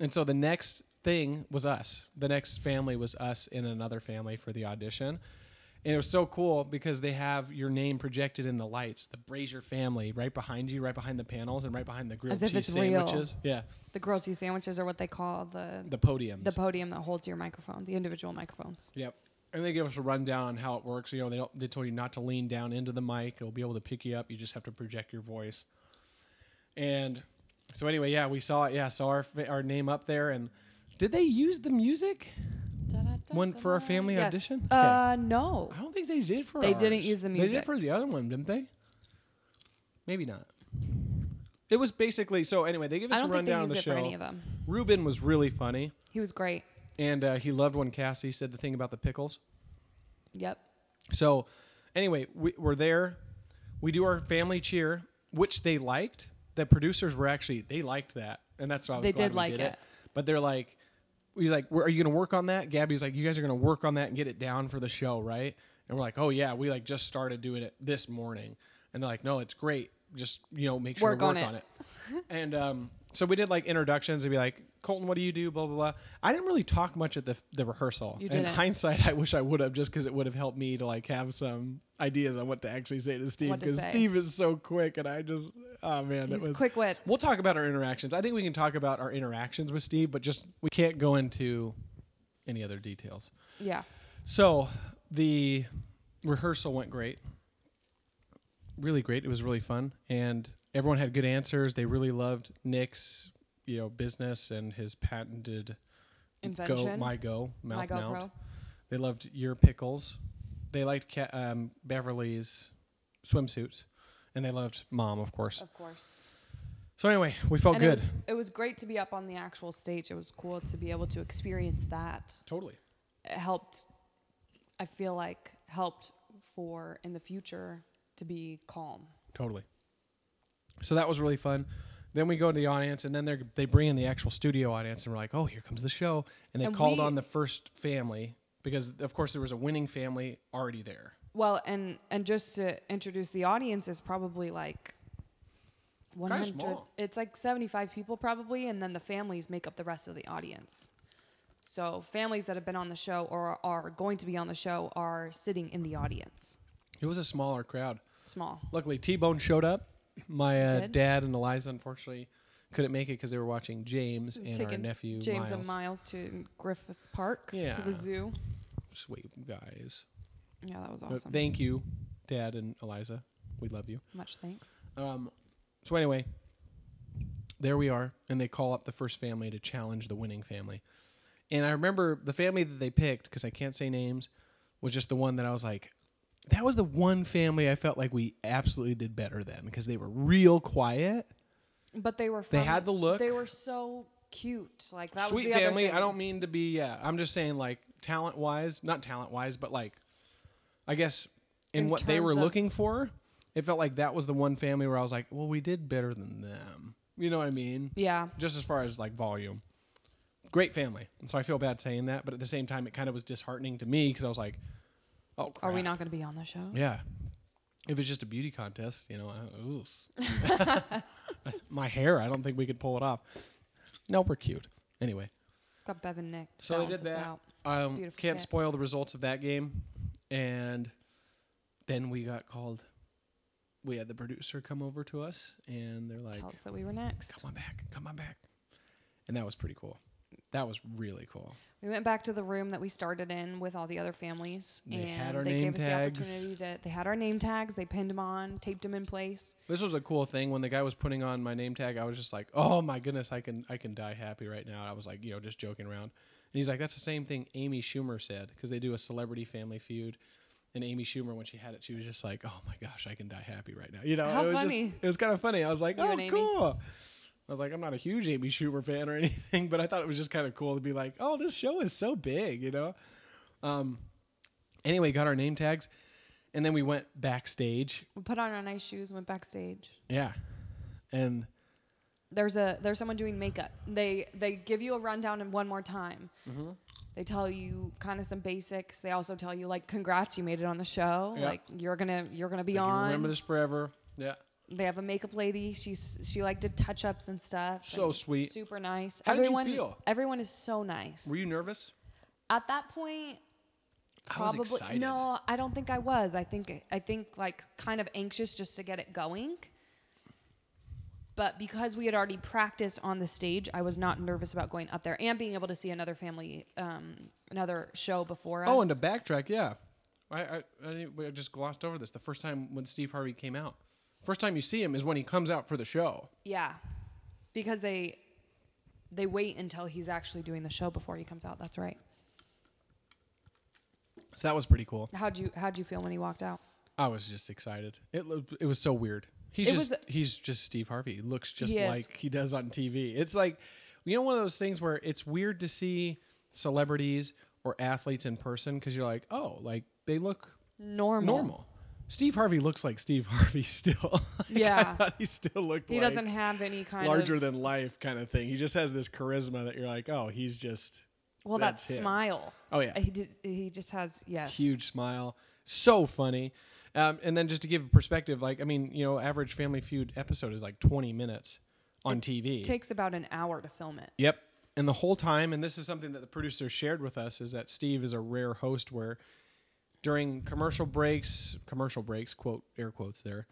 Speaker 1: And so the next thing was us. The next family was us and another family for the audition. And it was so cool because they have your name projected in the lights, the Brazier family right behind you, right behind the panels, and right behind the grilled
Speaker 2: As if
Speaker 1: cheese
Speaker 2: it's real.
Speaker 1: sandwiches. Yeah.
Speaker 2: The grilled cheese sandwiches are what they call the
Speaker 1: The podiums.
Speaker 2: the podium that holds your microphone, the individual microphones.
Speaker 1: Yep. And they give us a rundown on how it works. You know, they don't, they told you not to lean down into the mic. It'll be able to pick you up. You just have to project your voice. And so anyway, yeah, we saw it. Yeah, saw our fa- our name up there. And did they use the music? One for our family
Speaker 2: Yes.
Speaker 1: audition?
Speaker 2: Uh, no.
Speaker 1: I don't think they did for.
Speaker 2: They didn't
Speaker 1: ours.
Speaker 2: use the
Speaker 1: They did
Speaker 2: music.
Speaker 1: for the other one, didn't they? Maybe not. It was basically so. Anyway, they give us
Speaker 2: I
Speaker 1: a
Speaker 2: don't think they
Speaker 1: rundown of
Speaker 2: used it
Speaker 1: the show.
Speaker 2: for any of them.
Speaker 1: Ruben was really funny,
Speaker 2: He was great.
Speaker 1: and uh, he loved when Cassie said the thing about the pickles.
Speaker 2: Yep.
Speaker 1: So, anyway, we, we're there. We do our family cheer, which they liked. The producers were actually they liked that, and that's why I was
Speaker 2: They
Speaker 1: glad
Speaker 2: did
Speaker 1: we
Speaker 2: like
Speaker 1: did
Speaker 2: it.
Speaker 1: But they're like, he's like, "Where- "Are you going to work on that?" Gabby's like, "You guys are going to work on that and get it down for the show, right?" And we're like, "Oh yeah, we like just started doing it this morning," and they're like, "No, it's great. Just you know, make sure
Speaker 2: Work
Speaker 1: to work
Speaker 2: on it."
Speaker 1: on it." and um, so we did like introductions and be like, Colton, what do you do? Blah blah blah. I didn't really talk much at the the rehearsal.
Speaker 2: You
Speaker 1: In
Speaker 2: didn't.
Speaker 1: hindsight, I wish I would have, just because it would have helped me to like have some ideas on what to actually say to Steve.
Speaker 2: What to
Speaker 1: Because
Speaker 2: say.
Speaker 1: Steve is so quick, and I just, oh man, that
Speaker 2: He's
Speaker 1: was.
Speaker 2: quick wit.
Speaker 1: We'll talk about our interactions. I think we can talk about our interactions with Steve, but just we can't go into any other details.
Speaker 2: Yeah.
Speaker 1: So the rehearsal went great. Really great. It was really fun. And everyone had good answers. They really loved Nick's, you know, business and his patented Go
Speaker 2: Invention.
Speaker 1: My Go mouth
Speaker 2: My
Speaker 1: mount.
Speaker 2: GoPro.
Speaker 1: They loved your pickles. They liked Ca- um, Beverly's swimsuits. And they loved mom, of course.
Speaker 2: Of course.
Speaker 1: So anyway, we felt
Speaker 2: It
Speaker 1: Oh, good.
Speaker 2: was, it was great to be up on the actual stage. It was cool to be able to experience that.
Speaker 1: Totally.
Speaker 2: It helped, I feel like, helped for in the future to be calm.
Speaker 1: Totally. So that was really fun. Then we go to the audience, and then they they bring in the actual studio audience, and we're like, "Oh, here comes the show!" And they
Speaker 2: And
Speaker 1: called
Speaker 2: we-
Speaker 1: on the first family because, of course, there was a winning family already there.
Speaker 2: Well, and and just to introduce the audience is probably like
Speaker 1: Kinda
Speaker 2: 100.
Speaker 1: small.
Speaker 2: It's like 75 people probably, and then the families make up the rest of the audience. So families that have been on the show or are going to be on the show are sitting in the audience.
Speaker 1: It was a smaller crowd.
Speaker 2: Small.
Speaker 1: Luckily, T Bone showed up. My uh,
Speaker 2: Did?
Speaker 1: dad and Eliza, unfortunately, couldn't make it because they were watching James and our
Speaker 2: Taking
Speaker 1: nephew
Speaker 2: James
Speaker 1: Miles.
Speaker 2: and Miles to Griffith Park to
Speaker 1: Yeah.
Speaker 2: the zoo.
Speaker 1: Sweet guys.
Speaker 2: Yeah, that was
Speaker 1: But
Speaker 2: awesome.
Speaker 1: Uh, thank you, Dad and Eliza. We love you.
Speaker 2: Much thanks.
Speaker 1: Um, so anyway, there we are, and they call up the first family to challenge the winning family. And I remember the family that they picked because I can't say names. was just the one that I was like, that was the one family I felt like we absolutely did better than because they were real quiet.
Speaker 2: But they were.
Speaker 1: They
Speaker 2: From,
Speaker 1: had the look.
Speaker 2: Um, They were so cute. Like that
Speaker 1: Sweet
Speaker 2: was the
Speaker 1: family.
Speaker 2: Other thing.
Speaker 1: I don't mean to be. Yeah, I'm just saying like talent wise, not talent wise, but like, I guess in,
Speaker 2: In
Speaker 1: what they were
Speaker 2: terms of-
Speaker 1: looking for, it felt like that was the one family where I was like, well, we did better than them. You know what I mean?
Speaker 2: Yeah.
Speaker 1: just as far as like volume. Great family. And so I feel bad saying that, but at the same time, it kind of was disheartening to me because I was like, oh,
Speaker 2: Are
Speaker 1: crap.
Speaker 2: we not going to be on the show?
Speaker 1: Yeah. If it's just a beauty contest, you know, I, oof. my hair, I don't think we could pull it off. No, we're cute. Anyway,
Speaker 2: Got Bev and Nick. to
Speaker 1: so they
Speaker 2: balance
Speaker 1: did
Speaker 2: us
Speaker 1: that.
Speaker 2: out.
Speaker 1: Um,
Speaker 2: Beautiful
Speaker 1: can't
Speaker 2: cat.
Speaker 1: spoil the results of that game. And then we got called. We had the producer come over to us, and they're like,
Speaker 2: Tell us that we were next.
Speaker 1: come on back, come on back. And that was pretty cool. That was really cool.
Speaker 2: We went back to the room that we started in with all the other families,
Speaker 1: They
Speaker 2: and
Speaker 1: had our
Speaker 2: they
Speaker 1: name
Speaker 2: gave us
Speaker 1: tags.
Speaker 2: the opportunity to. They had our name tags. They pinned them on, taped them in place.
Speaker 1: This was a cool thing when the guy was putting on my name tag. I was just like, "Oh my goodness, I can I can die happy right now." I was like, you know, just joking around. And he's like, "That's the same thing Amy Schumer said because they do a celebrity family feud." And Amy Schumer, when she had it, she was just like, "Oh my gosh, I can die happy right now." You know,
Speaker 2: How
Speaker 1: it was
Speaker 2: funny.
Speaker 1: just it was kind of funny. I was like,
Speaker 2: You
Speaker 1: "Oh,
Speaker 2: and Amy."
Speaker 1: cool." I was like, "I'm not a huge Amy Schumer fan or anything, but I thought it was just kind of cool to be like, "Oh, this show is so big," you know. Um. Anyway, got our name tags, and then we went backstage.
Speaker 2: We put on our nice shoes, and went backstage.
Speaker 1: Yeah, and.
Speaker 2: There's a there's someone doing makeup. They they give you a rundown and one more time.
Speaker 1: Mm-hmm.
Speaker 2: They tell you kind of some basics. They also tell you like, congrats, you made it on the show.
Speaker 1: Yeah.
Speaker 2: Like you're gonna you're gonna be
Speaker 1: Like, you
Speaker 2: on.
Speaker 1: remember this forever. Yeah.
Speaker 2: They have a makeup lady. She's she like did touch ups and stuff.
Speaker 1: So
Speaker 2: and
Speaker 1: sweet.
Speaker 2: Super nice.
Speaker 1: How did you
Speaker 2: everyone
Speaker 1: feel?
Speaker 2: everyone is so nice.
Speaker 1: Were you nervous?
Speaker 2: At that point,
Speaker 1: I was
Speaker 2: probably
Speaker 1: excited.
Speaker 2: no. I don't think I was. I think I think like kind of anxious just to get it going. But because we had already practiced on the stage, I was not nervous about going up there and being able to see another family, um, another show before us.
Speaker 1: Oh, and to backtrack, yeah. I, I, I, didn't- I just glossed over this. The first time when Steve Harvey came out, first time you see him is when he comes out for the show.
Speaker 2: yeah, because they they wait until he's actually doing the show before he comes out. That's right.
Speaker 1: So that was pretty cool.
Speaker 2: How'd you how'd you feel when he walked out?
Speaker 1: I was just excited. It looked, it was so weird. He's
Speaker 2: It
Speaker 1: just
Speaker 2: was-
Speaker 1: he's just Steve Harvey. He looks just
Speaker 2: He is.
Speaker 1: like he does on TV. It's like you know one of those things where it's weird to see celebrities or athletes in person because you're like, oh, like they look
Speaker 2: Normal.
Speaker 1: normal. Steve Harvey looks like Steve Harvey still. Like, I
Speaker 2: Yeah.
Speaker 1: thought he still looked
Speaker 2: He
Speaker 1: like
Speaker 2: doesn't have any kind
Speaker 1: larger
Speaker 2: of
Speaker 1: than life kind of thing. He just has this charisma that you're like, oh, he's just
Speaker 2: well that
Speaker 1: that's him.
Speaker 2: smile.
Speaker 1: Oh, yeah.
Speaker 2: He did, he just has yes.
Speaker 1: huge smile, so funny. Um, and then just to give perspective, like I mean, you know, average Family Feud episode is like 20 minutes on TV.
Speaker 2: takes about an hour to film it.
Speaker 1: Yep. And the whole time, and this is something that the producer shared with us, is that Steve is a rare host where during commercial breaks, commercial breaks, quote, air quotes there,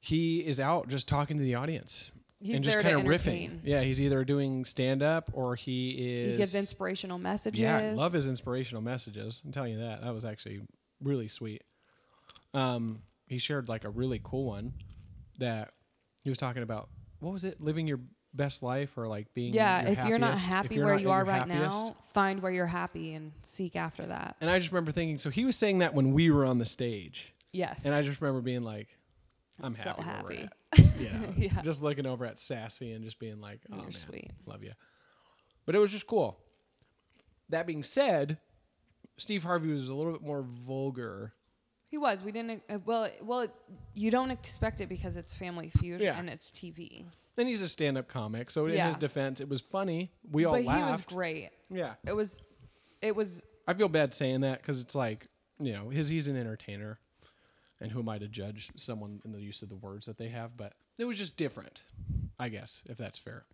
Speaker 1: he is out just talking to the audience
Speaker 2: He's
Speaker 1: and just
Speaker 2: there to
Speaker 1: kinda riffing.
Speaker 2: entertain.
Speaker 1: Yeah, he's either doing stand up or he is.
Speaker 2: He gives inspirational messages.
Speaker 1: Yeah, I love his inspirational messages. I'm telling you that. That was actually really sweet. Um, he shared like a really cool one that he was talking about. What was it? Living your best life or like being
Speaker 2: Yeah,
Speaker 1: your
Speaker 2: if you're not
Speaker 1: happiest- if
Speaker 2: happy
Speaker 1: you're
Speaker 2: where
Speaker 1: not
Speaker 2: you
Speaker 1: in
Speaker 2: are
Speaker 1: your
Speaker 2: right
Speaker 1: happiest.
Speaker 2: now, find where you're happy and seek after that.
Speaker 1: And I just remember thinking, so he was saying that when we were on the stage,
Speaker 2: Yes.
Speaker 1: and I just remember being like, "I'm
Speaker 2: So
Speaker 1: happy." where we're
Speaker 2: happy.
Speaker 1: at. Yeah.
Speaker 2: Yeah.
Speaker 1: Just looking over at Sassy and just being like, "Oh
Speaker 2: You're
Speaker 1: man,
Speaker 2: sweet.
Speaker 1: love you." But it was just cool. That being said, Steve Harvey was a little bit more vulgar.
Speaker 2: he was. We didn't uh, well well you don't expect it because it's family feud
Speaker 1: Yeah.
Speaker 2: and it's TV.
Speaker 1: And he's a stand-up comic, so in
Speaker 2: Yeah.
Speaker 1: his defense, it was funny. We all
Speaker 2: but
Speaker 1: laughed.
Speaker 2: he was great.
Speaker 1: yeah,
Speaker 2: It was it was
Speaker 1: I feel bad saying that because it's like you know, his he's an entertainer, and who am I to judge someone in the use of the words that they have? But it was just different, I guess, if that's fair.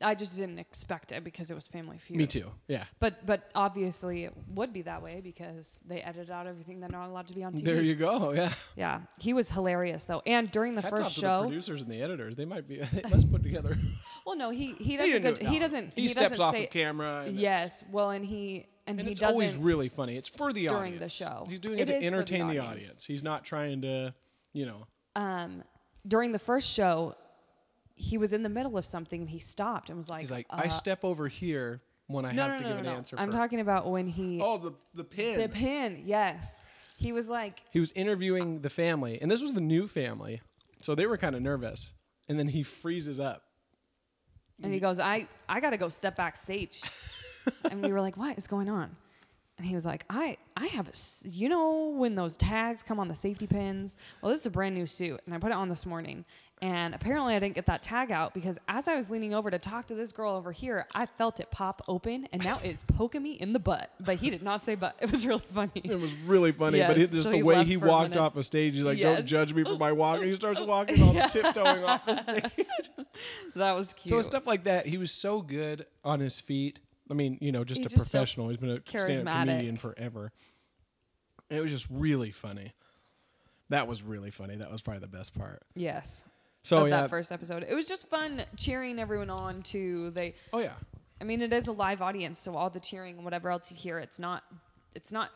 Speaker 2: I just didn't expect it because it was family feud.
Speaker 1: Me too. Yeah.
Speaker 2: But but obviously it would be that way because they edit out everything. They're not allowed to be on TV.
Speaker 1: There you go. Yeah.
Speaker 2: yeah, he was hilarious though. And during the
Speaker 1: Hats off
Speaker 2: first
Speaker 1: to
Speaker 2: show,
Speaker 1: the producers and the editors. They might be. They must put together.
Speaker 2: well, no, he he does a
Speaker 1: didn't do
Speaker 2: good.
Speaker 1: it
Speaker 2: he
Speaker 1: that
Speaker 2: doesn't.
Speaker 1: way. He, steps
Speaker 2: doesn't
Speaker 1: off
Speaker 2: say,
Speaker 1: of camera. and it's-
Speaker 2: Yes, well, and he
Speaker 1: And
Speaker 2: and, he
Speaker 1: it's
Speaker 2: doesn't.
Speaker 1: always really funny. It's for the
Speaker 2: during
Speaker 1: audience.
Speaker 2: the show.
Speaker 1: He's doing
Speaker 2: It
Speaker 1: it, to
Speaker 2: is for the
Speaker 1: entertain the audience.
Speaker 2: audience.
Speaker 1: He's not trying to, you know.
Speaker 2: um, during the first show, he was in the middle of something and he stopped and was like,
Speaker 1: He's like,
Speaker 2: uh,
Speaker 1: I step over here when I
Speaker 2: no,
Speaker 1: have
Speaker 2: no,
Speaker 1: to
Speaker 2: no,
Speaker 1: give
Speaker 2: no,
Speaker 1: an
Speaker 2: no.
Speaker 1: answer.
Speaker 2: I'm
Speaker 1: for-
Speaker 2: talking about when he
Speaker 1: Oh, the the pin.
Speaker 2: the pin. Yes, he was like,
Speaker 1: he was interviewing the family, and this was the new family, so they were kind of nervous. And then he freezes up.
Speaker 2: and
Speaker 1: Mm.
Speaker 2: he goes, I I gotta go step backstage, and we were like, what is going on? And he was like, I I have a, s- you know when those tags come on the safety pins. Well, this is a brand new suit, and I put it on this morning. And apparently, I didn't get that tag out because as I was leaning over to talk to this girl over here, I felt it pop open, and now it's poking me in the butt. But he did not say butt. It was really funny.
Speaker 1: It was really funny, but
Speaker 2: Yes,
Speaker 1: it, just
Speaker 2: so
Speaker 1: the
Speaker 2: he
Speaker 1: way
Speaker 2: left
Speaker 1: he
Speaker 2: for a
Speaker 1: walked
Speaker 2: minute.
Speaker 1: off a stage, he's like, "Don't
Speaker 2: Yes.
Speaker 1: judge me for my walk," and he starts walking all tiptoeing off the stage.
Speaker 2: That was cute.
Speaker 1: So it's stuff like that. He was so good on his feet. I mean, you know, just
Speaker 2: He's
Speaker 1: a
Speaker 2: just so
Speaker 1: professional. he's been a stand-up
Speaker 2: charismatic.
Speaker 1: comedian forever. And it was just really funny. That was really funny. That was probably the best part.
Speaker 2: Yes.
Speaker 1: So
Speaker 2: of
Speaker 1: yeah.
Speaker 2: that first episode. It was just fun cheering everyone on to they
Speaker 1: oh yeah.
Speaker 2: I mean it is a live audience, so all the cheering and whatever else you hear, it's not it's not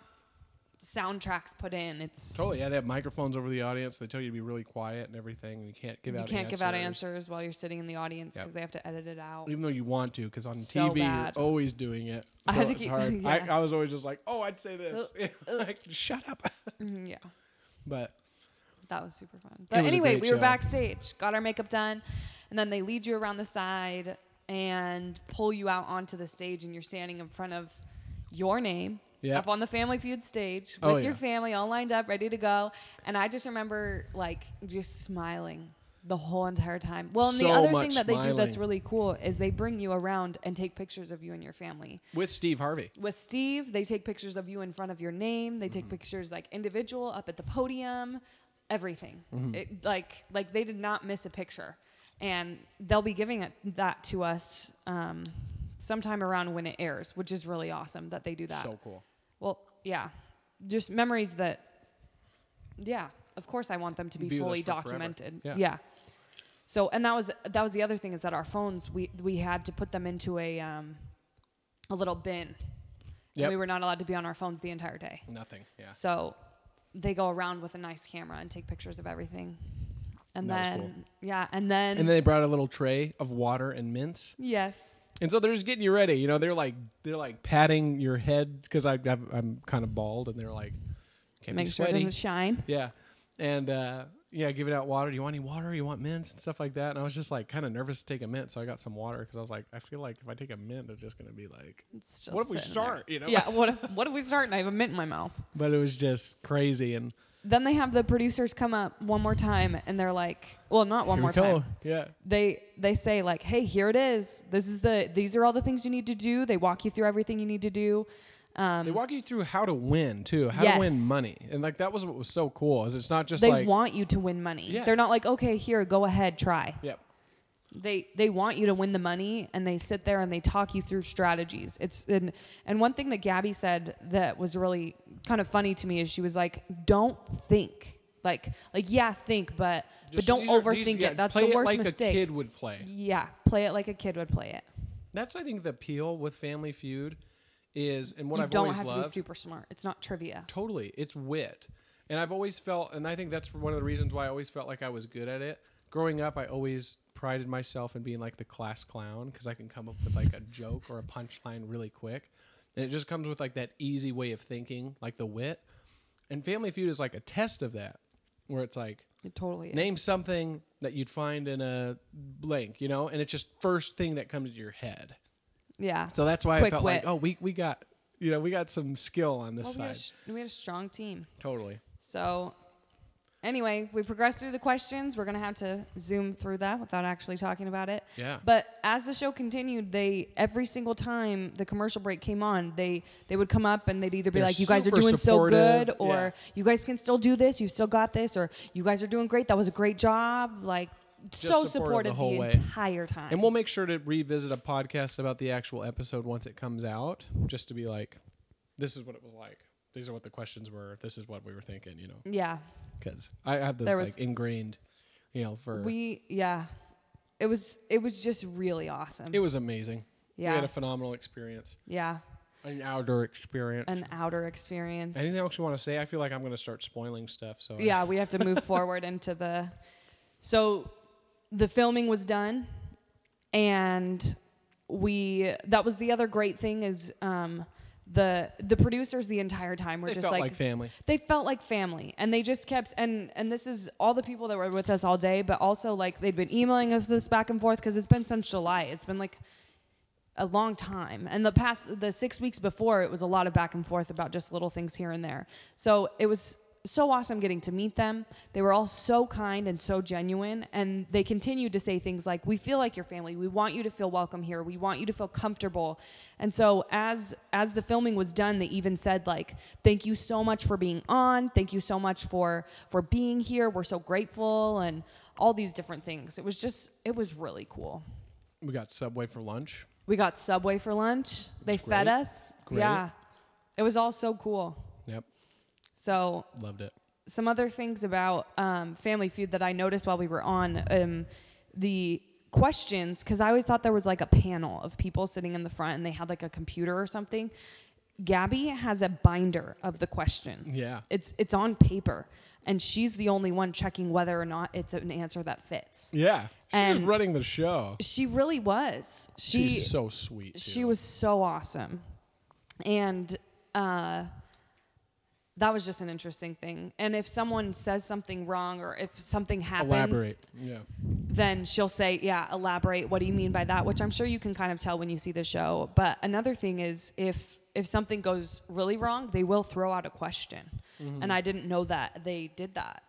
Speaker 2: soundtracks put in. It's
Speaker 1: Totally. Yeah, they have microphones over the audience. They tell you to be really quiet and everything. And you can't give
Speaker 2: you
Speaker 1: out
Speaker 2: can't
Speaker 1: answers.
Speaker 2: give out answers while you're sitting in the audience
Speaker 1: Yep.
Speaker 2: because they have to edit it out.
Speaker 1: Even though you want to, because on
Speaker 2: So
Speaker 1: TV
Speaker 2: bad.
Speaker 1: you're always doing it.
Speaker 2: I
Speaker 1: So
Speaker 2: had to
Speaker 1: it's
Speaker 2: keep-
Speaker 1: hard.
Speaker 2: yeah.
Speaker 1: I, I was always just like, oh, I'd say this. like, shut up.
Speaker 2: Mhm, yeah.
Speaker 1: but
Speaker 2: That was super fun. But
Speaker 1: was a
Speaker 2: anyway,
Speaker 1: great
Speaker 2: we were
Speaker 1: show.
Speaker 2: backstage, got our makeup done, and then they lead you around the side and pull you out onto the stage, and you're standing in front of your name
Speaker 1: Yeah.
Speaker 2: up on the Family Feud stage with
Speaker 1: Oh,
Speaker 2: your
Speaker 1: yeah.
Speaker 2: family all lined up, ready to go. And I just remember like just smiling the whole entire time. Well, and
Speaker 1: So
Speaker 2: the other
Speaker 1: much
Speaker 2: thing that they do that's
Speaker 1: smiling.
Speaker 2: really cool is they bring you around and take pictures of you and your family
Speaker 1: with Steve Harvey.
Speaker 2: with Steve, they take pictures of you in front of your name. They take pictures like individual up at the podium, everything. It, like like they did not miss a picture, and they'll be giving it, that to us um, sometime around when it airs, which is really awesome that they do that.
Speaker 1: So cool.
Speaker 2: well, yeah, just memories that, yeah, of course I want them to be,
Speaker 1: Be with us
Speaker 2: fully
Speaker 1: for forever.
Speaker 2: documented.
Speaker 1: Yeah.
Speaker 2: yeah. So and that was that was the other thing is that our phones we we had to put them into a um, a little bin.
Speaker 1: Yep.
Speaker 2: And we were not allowed to be on our phones the entire day.
Speaker 1: Nothing. Yeah.
Speaker 2: So they go around with a nice camera and take pictures of everything. And
Speaker 1: That
Speaker 2: then
Speaker 1: was
Speaker 2: yeah, and then,
Speaker 1: And then they brought a little tray of water and mints.
Speaker 2: yes.
Speaker 1: And so they're just getting you ready. You know, they're like they're like patting your head because I I've, I'm kind of bald, and they're like, can't
Speaker 2: Make
Speaker 1: be
Speaker 2: sure it
Speaker 1: sweaty.
Speaker 2: doesn't shine.
Speaker 1: yeah, and uh, yeah, giving out water. Do you want any water? You want mints and stuff like that. And I was just like kind of nervous to take a mint, so I got some water because I was like, I feel like if I take a mint, it's just gonna be like.
Speaker 2: It's still
Speaker 1: What if we
Speaker 2: sitting there.
Speaker 1: start, you know?
Speaker 2: Yeah, what if what if we start and I have a mint in my mouth?
Speaker 1: But it was just crazy, and
Speaker 2: Then they have the producers come up one more time and they're like, well, not one
Speaker 1: here
Speaker 2: more
Speaker 1: we go.
Speaker 2: time.
Speaker 1: Yeah,
Speaker 2: they they say like hey here it is this is the these are all the things you need to do they walk you through everything you need to do um,
Speaker 1: they walk you through how to win too, how to win
Speaker 2: Yes.
Speaker 1: money, and like that was what was so cool. Is it's not just
Speaker 2: they
Speaker 1: like
Speaker 2: want you to win money
Speaker 1: Yeah.
Speaker 2: they're not like okay here go ahead try
Speaker 1: yep.
Speaker 2: they they want you to win the money and they sit there and they talk you through strategies it's and and one thing that gabby said that was really kind of funny to me is she was like don't think like like yeah think but but
Speaker 1: Just-
Speaker 2: don't
Speaker 1: these are-
Speaker 2: overthink
Speaker 1: these-
Speaker 2: it
Speaker 1: yeah,
Speaker 2: that's
Speaker 1: play
Speaker 2: the worst
Speaker 1: it like
Speaker 2: mistake
Speaker 1: a kid would play.
Speaker 2: yeah play it like a kid would play it
Speaker 1: That's I think the appeal with Family Feud is, and what
Speaker 2: you
Speaker 1: I've
Speaker 2: don't
Speaker 1: always
Speaker 2: have to
Speaker 1: loved.
Speaker 2: be super smart it's not trivia
Speaker 1: totally, it's wit, and I've always felt, and I think that's one of the reasons why I always felt like I was good at it. Growing up, I always prided myself in being like the class clown because I can come up with like a joke or a punchline really quick, and it just comes with like that easy way of thinking, like the wit. And Family Feud is like a test of that, where it's like
Speaker 2: it totally is
Speaker 1: Name something that you'd find in a blank, you know, and it's just first thing that comes to your head.
Speaker 2: Yeah.
Speaker 1: So that's why I
Speaker 2: Quick
Speaker 1: felt like,
Speaker 2: wit.
Speaker 1: oh, we we got you know we got some skill on this
Speaker 2: well, we, had a
Speaker 1: side.
Speaker 2: sh- we had a strong team.
Speaker 1: totally.
Speaker 2: So anyway, we progressed through the questions. We're going to have to zoom through that without actually talking about it.
Speaker 1: Yeah.
Speaker 2: But as the show continued, they every single time the commercial break came on, they they would come up and they'd either be
Speaker 1: They're
Speaker 2: like you guys are
Speaker 1: super
Speaker 2: doing so
Speaker 1: supportive.
Speaker 2: good or
Speaker 1: Yeah.
Speaker 2: you guys can still do this, you still got this or you guys are doing great. That was a great job. Like
Speaker 1: supportive
Speaker 2: so
Speaker 1: the
Speaker 2: supportive the,
Speaker 1: whole way.
Speaker 2: entire time.
Speaker 1: And we'll make sure to revisit a podcast about the actual episode once it comes out, just to be like, this is what it was like. These are what the questions were. This is what we were thinking, you know,
Speaker 2: yeah.
Speaker 1: because I have those
Speaker 2: There was-
Speaker 1: like ingrained, you know, for
Speaker 2: We yeah. It was it was just really awesome.
Speaker 1: it was amazing.
Speaker 2: Yeah.
Speaker 1: we had a phenomenal experience,
Speaker 2: yeah.
Speaker 1: an outdoor experience.
Speaker 2: an outer experience.
Speaker 1: Anything else you want to say? I feel like I'm going to start spoiling stuff. So I-
Speaker 2: Yeah, we have to move forward into the. So, the filming was done, and we that was the other great thing is um, the the producers the entire time were
Speaker 1: They
Speaker 2: just
Speaker 1: felt like family.
Speaker 2: they felt like family and they just kept and and this is all the people that were with us all day but also like they'd been emailing us this back and forth because it's been since july it's been like a long time and the past the six weeks before it was a lot of back and forth about just little things here and there so it was so awesome getting to meet them they were all so kind and so genuine and they continued to say things like we feel like your family we want you to feel welcome here we want you to feel comfortable and so as as the filming was done they even said like thank you so much for being on thank you so much for for being here we're so grateful and all these different things it was just it was really cool
Speaker 1: We got Subway for lunch.
Speaker 2: we got Subway for lunch. They
Speaker 1: That's
Speaker 2: fed
Speaker 1: great.
Speaker 2: us.
Speaker 1: Great.
Speaker 2: Yeah. It was all so cool.
Speaker 1: Yep,
Speaker 2: So,
Speaker 1: loved it.
Speaker 2: some other things about um, Family Feud that I noticed while we were on um, the questions, because I always thought there was like a panel of people sitting in the front and they had like a computer or something. Gabby has a binder of the questions.
Speaker 1: Yeah.
Speaker 2: It's, it's on paper. And she's the only one checking whether or not it's an answer that fits.
Speaker 1: Yeah, she's
Speaker 2: And-
Speaker 1: running the show.
Speaker 2: She really was. She,
Speaker 1: she's so sweet.
Speaker 2: she
Speaker 1: too.
Speaker 2: was so awesome and uh, that was just an interesting thing and if someone says something wrong or if something happens
Speaker 1: elaborate. Yeah,
Speaker 2: then she'll say yeah elaborate what do you mean by that which i'm sure you can kind of tell when you see the show but another thing is if if something goes really wrong they will throw out a question
Speaker 1: Mm-hmm.
Speaker 2: and i didn't know that they did that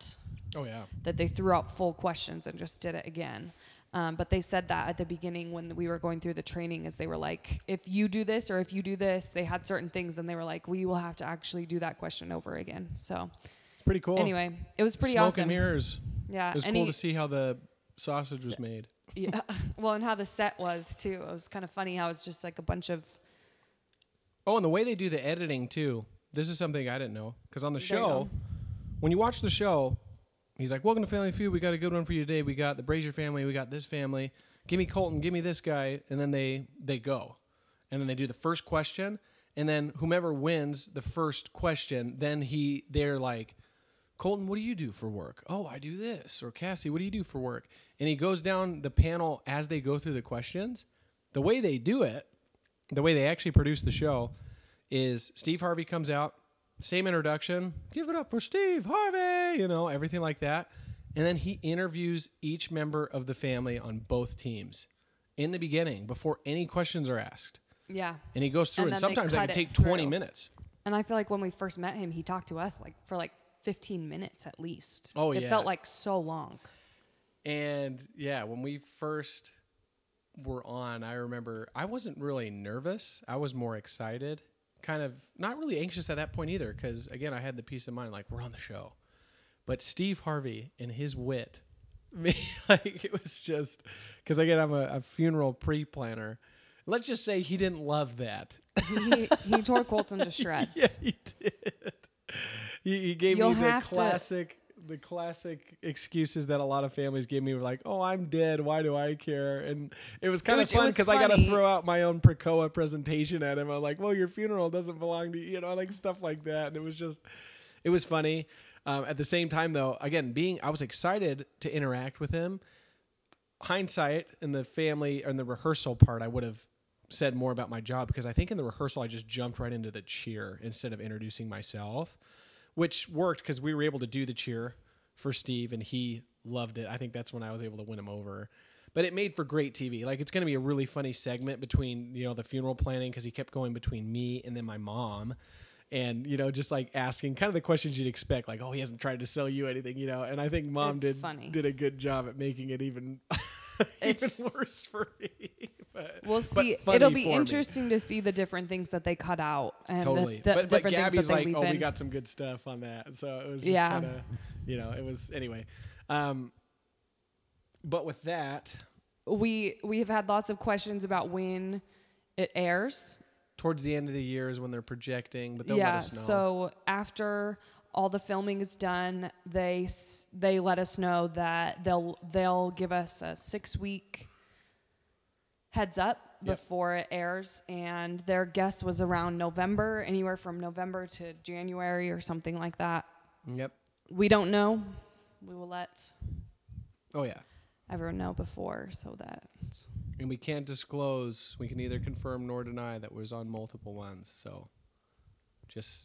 Speaker 1: oh yeah.
Speaker 2: that they threw out full questions and just did it again. Um, but they said that at the beginning when we were going through the training, is they were like, if you do this or if you do this, they had certain things, and they were like, we will have to actually do that question over again. So
Speaker 1: It's pretty cool.
Speaker 2: anyway, it was pretty
Speaker 1: Smoke
Speaker 2: awesome.
Speaker 1: and
Speaker 2: Uh,
Speaker 1: mirrors.
Speaker 2: Yeah,
Speaker 1: It was
Speaker 2: and
Speaker 1: cool
Speaker 2: he-
Speaker 1: to see how the sausage was made.
Speaker 2: yeah. Well, and how the set was too. It was kind of funny how it was just like a bunch of
Speaker 1: Oh, and the way they do the editing too. This is something I didn't know because on the
Speaker 2: you
Speaker 1: show,
Speaker 2: go.
Speaker 1: when you watch the show, he's like, "Welcome to Family Feud. We got a good one for you today. We got the Brazier family. We got this family. Give me Colton. Give me this guy." And then they they go, and then they do the first question, and then whomever wins the first question, then he they're like. Colton, what do you do for work? Oh, I do this. Or Cassie, what do you do for work? And he goes down the panel as they go through the questions. The way they do it, the way they actually produce the show, is Steve Harvey comes out, same introduction, give it up for Steve Harvey, you know, everything like that. And then he interviews each member of the family on both teams in the beginning before any questions are asked.
Speaker 2: yeah.
Speaker 1: And he goes through,
Speaker 2: And
Speaker 1: and,
Speaker 2: then they
Speaker 1: sometimes that
Speaker 2: cut
Speaker 1: can
Speaker 2: it
Speaker 1: take 20
Speaker 2: through.
Speaker 1: minutes.
Speaker 2: And I feel like when we first met him, he talked to us like for like 15 minutes at least.
Speaker 1: Oh,
Speaker 2: it
Speaker 1: yeah.
Speaker 2: felt like so long.
Speaker 1: And yeah, when we first were on, I remember I wasn't really nervous. I was more excited, kind of not really anxious at that point either, because again, I had the peace of mind like, we're on the show. But Steve Harvey and his wit, me, like, it was just because again, I'm a, a funeral pre planner. Let's just say he didn't love that.
Speaker 2: he, he tore Colton to shreds.
Speaker 1: Yeah, he did. He, he gave
Speaker 2: You'll
Speaker 1: me the
Speaker 2: have to-
Speaker 1: classic, the classic excuses that a lot of families give me were like, "Oh, I'm dead. Why do I care?" And it was kind of
Speaker 2: Which- it
Speaker 1: fun
Speaker 2: was
Speaker 1: because I got to
Speaker 2: funny.
Speaker 1: throw out my own Precoa presentation at him. I'm like, "Well, your funeral doesn't belong to you," you know, like stuff like that. And it was just, it was funny. Um, at the same time, though, again, being I was excited to interact with him hindsight and the family and the rehearsal part, I would have said more about my job because I think in the rehearsal I just jumped right into the cheer instead of introducing myself, which worked because we were able to do the cheer for Steve and he loved it. I think that's when I was able to win him over. But it made for great TV. Like it's going to be a really funny segment between you know the funeral planning because he kept going between me and then my mom, and you know just like asking kind of the questions you'd expect, like oh he hasn't tried to sell you anything, you know. And I think mom
Speaker 2: It's
Speaker 1: did
Speaker 2: funny.
Speaker 1: did a good job at making it even
Speaker 2: It's-
Speaker 1: even worse for me. But,
Speaker 2: We'll
Speaker 1: but
Speaker 2: see.
Speaker 1: funny
Speaker 2: It'll be
Speaker 1: for me.
Speaker 2: interesting to see the different things that they cut out and the-
Speaker 1: Totally,
Speaker 2: the,
Speaker 1: but, but
Speaker 2: different things
Speaker 1: Gabby's
Speaker 2: that they
Speaker 1: like,
Speaker 2: leave
Speaker 1: oh,
Speaker 2: in.
Speaker 1: we got some good stuff on that. So it was just
Speaker 2: Yeah.
Speaker 1: kind of, you know, it was anyway. Um, but with that,
Speaker 2: we we have had lots of questions about when it airs.
Speaker 1: towards the end of the year is when they're projecting, but they'll let
Speaker 2: yeah.
Speaker 1: us know.
Speaker 2: So after all the filming is done, they s- they let us know that they'll they'll give us a six week heads up
Speaker 1: Yep.
Speaker 2: before it airs and their guess was around november anywhere from november to january or something like that
Speaker 1: yep.
Speaker 2: we don't know we will let
Speaker 1: Oh yeah.
Speaker 2: everyone know before so that
Speaker 1: and we can't disclose. We can neither confirm nor deny that was on multiple ones. So, just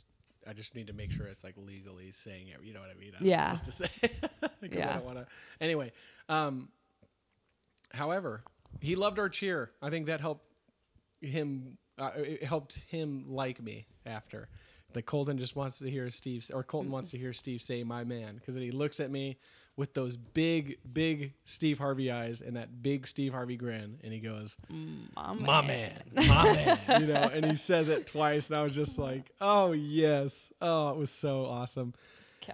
Speaker 1: I just need to make sure it's like legally saying it. You know what I mean? I don't know
Speaker 2: Yeah.
Speaker 1: what else to say. 'Cause I
Speaker 2: Yeah.
Speaker 1: don't want to. Anyway, um, however, he loved our cheer. I think that helped him. Uh, it helped him like me after. Like Colton just wants to hear Steve, or Colton wants to hear Steve say "my man" because then he looks at me with those big, big Steve Harvey eyes and that big Steve Harvey grin, and he goes,
Speaker 2: Mom.
Speaker 1: my man, my man, you know, and he says it twice, and I was just like, oh yes, oh it was so awesome.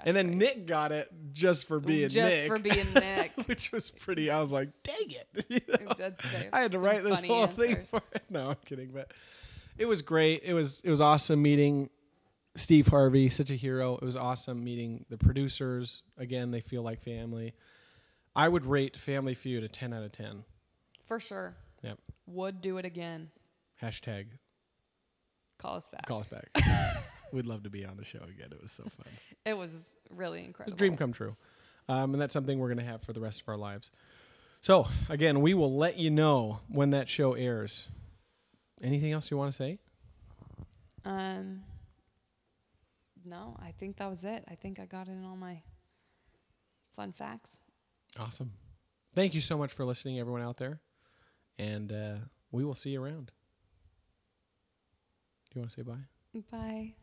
Speaker 1: And then Nick got it just for being
Speaker 2: just
Speaker 1: Nick,
Speaker 2: for being Nick.
Speaker 1: which was pretty. I was like, dang it, you know?
Speaker 2: That's so-
Speaker 1: I had to
Speaker 2: some
Speaker 1: write this
Speaker 2: funny
Speaker 1: whole thing
Speaker 2: answers.
Speaker 1: for it. No, I'm kidding, but it was great. It was it was awesome meeting Steve Harvey, such a hero. It was awesome meeting the producers again. They feel like family. I would rate Family Feud a ten out of ten.
Speaker 2: For sure.
Speaker 1: Yep.
Speaker 2: Would do it again.
Speaker 1: Hashtag
Speaker 2: Call us back.
Speaker 1: call us back. We'd love to be on the show again. It was so fun.
Speaker 2: It was really
Speaker 1: It's a
Speaker 2: incredible.
Speaker 1: dream come true. Um, and that's something we're going to have for the rest of our lives. So, again, we will let you know when that show airs. Anything else you want to say?
Speaker 2: Um, no, I think that was it. I think I got in all my fun facts.
Speaker 1: Awesome. Thank you so much for listening, everyone out there. And uh, we will see you around. Do you want to say bye?
Speaker 2: Bye.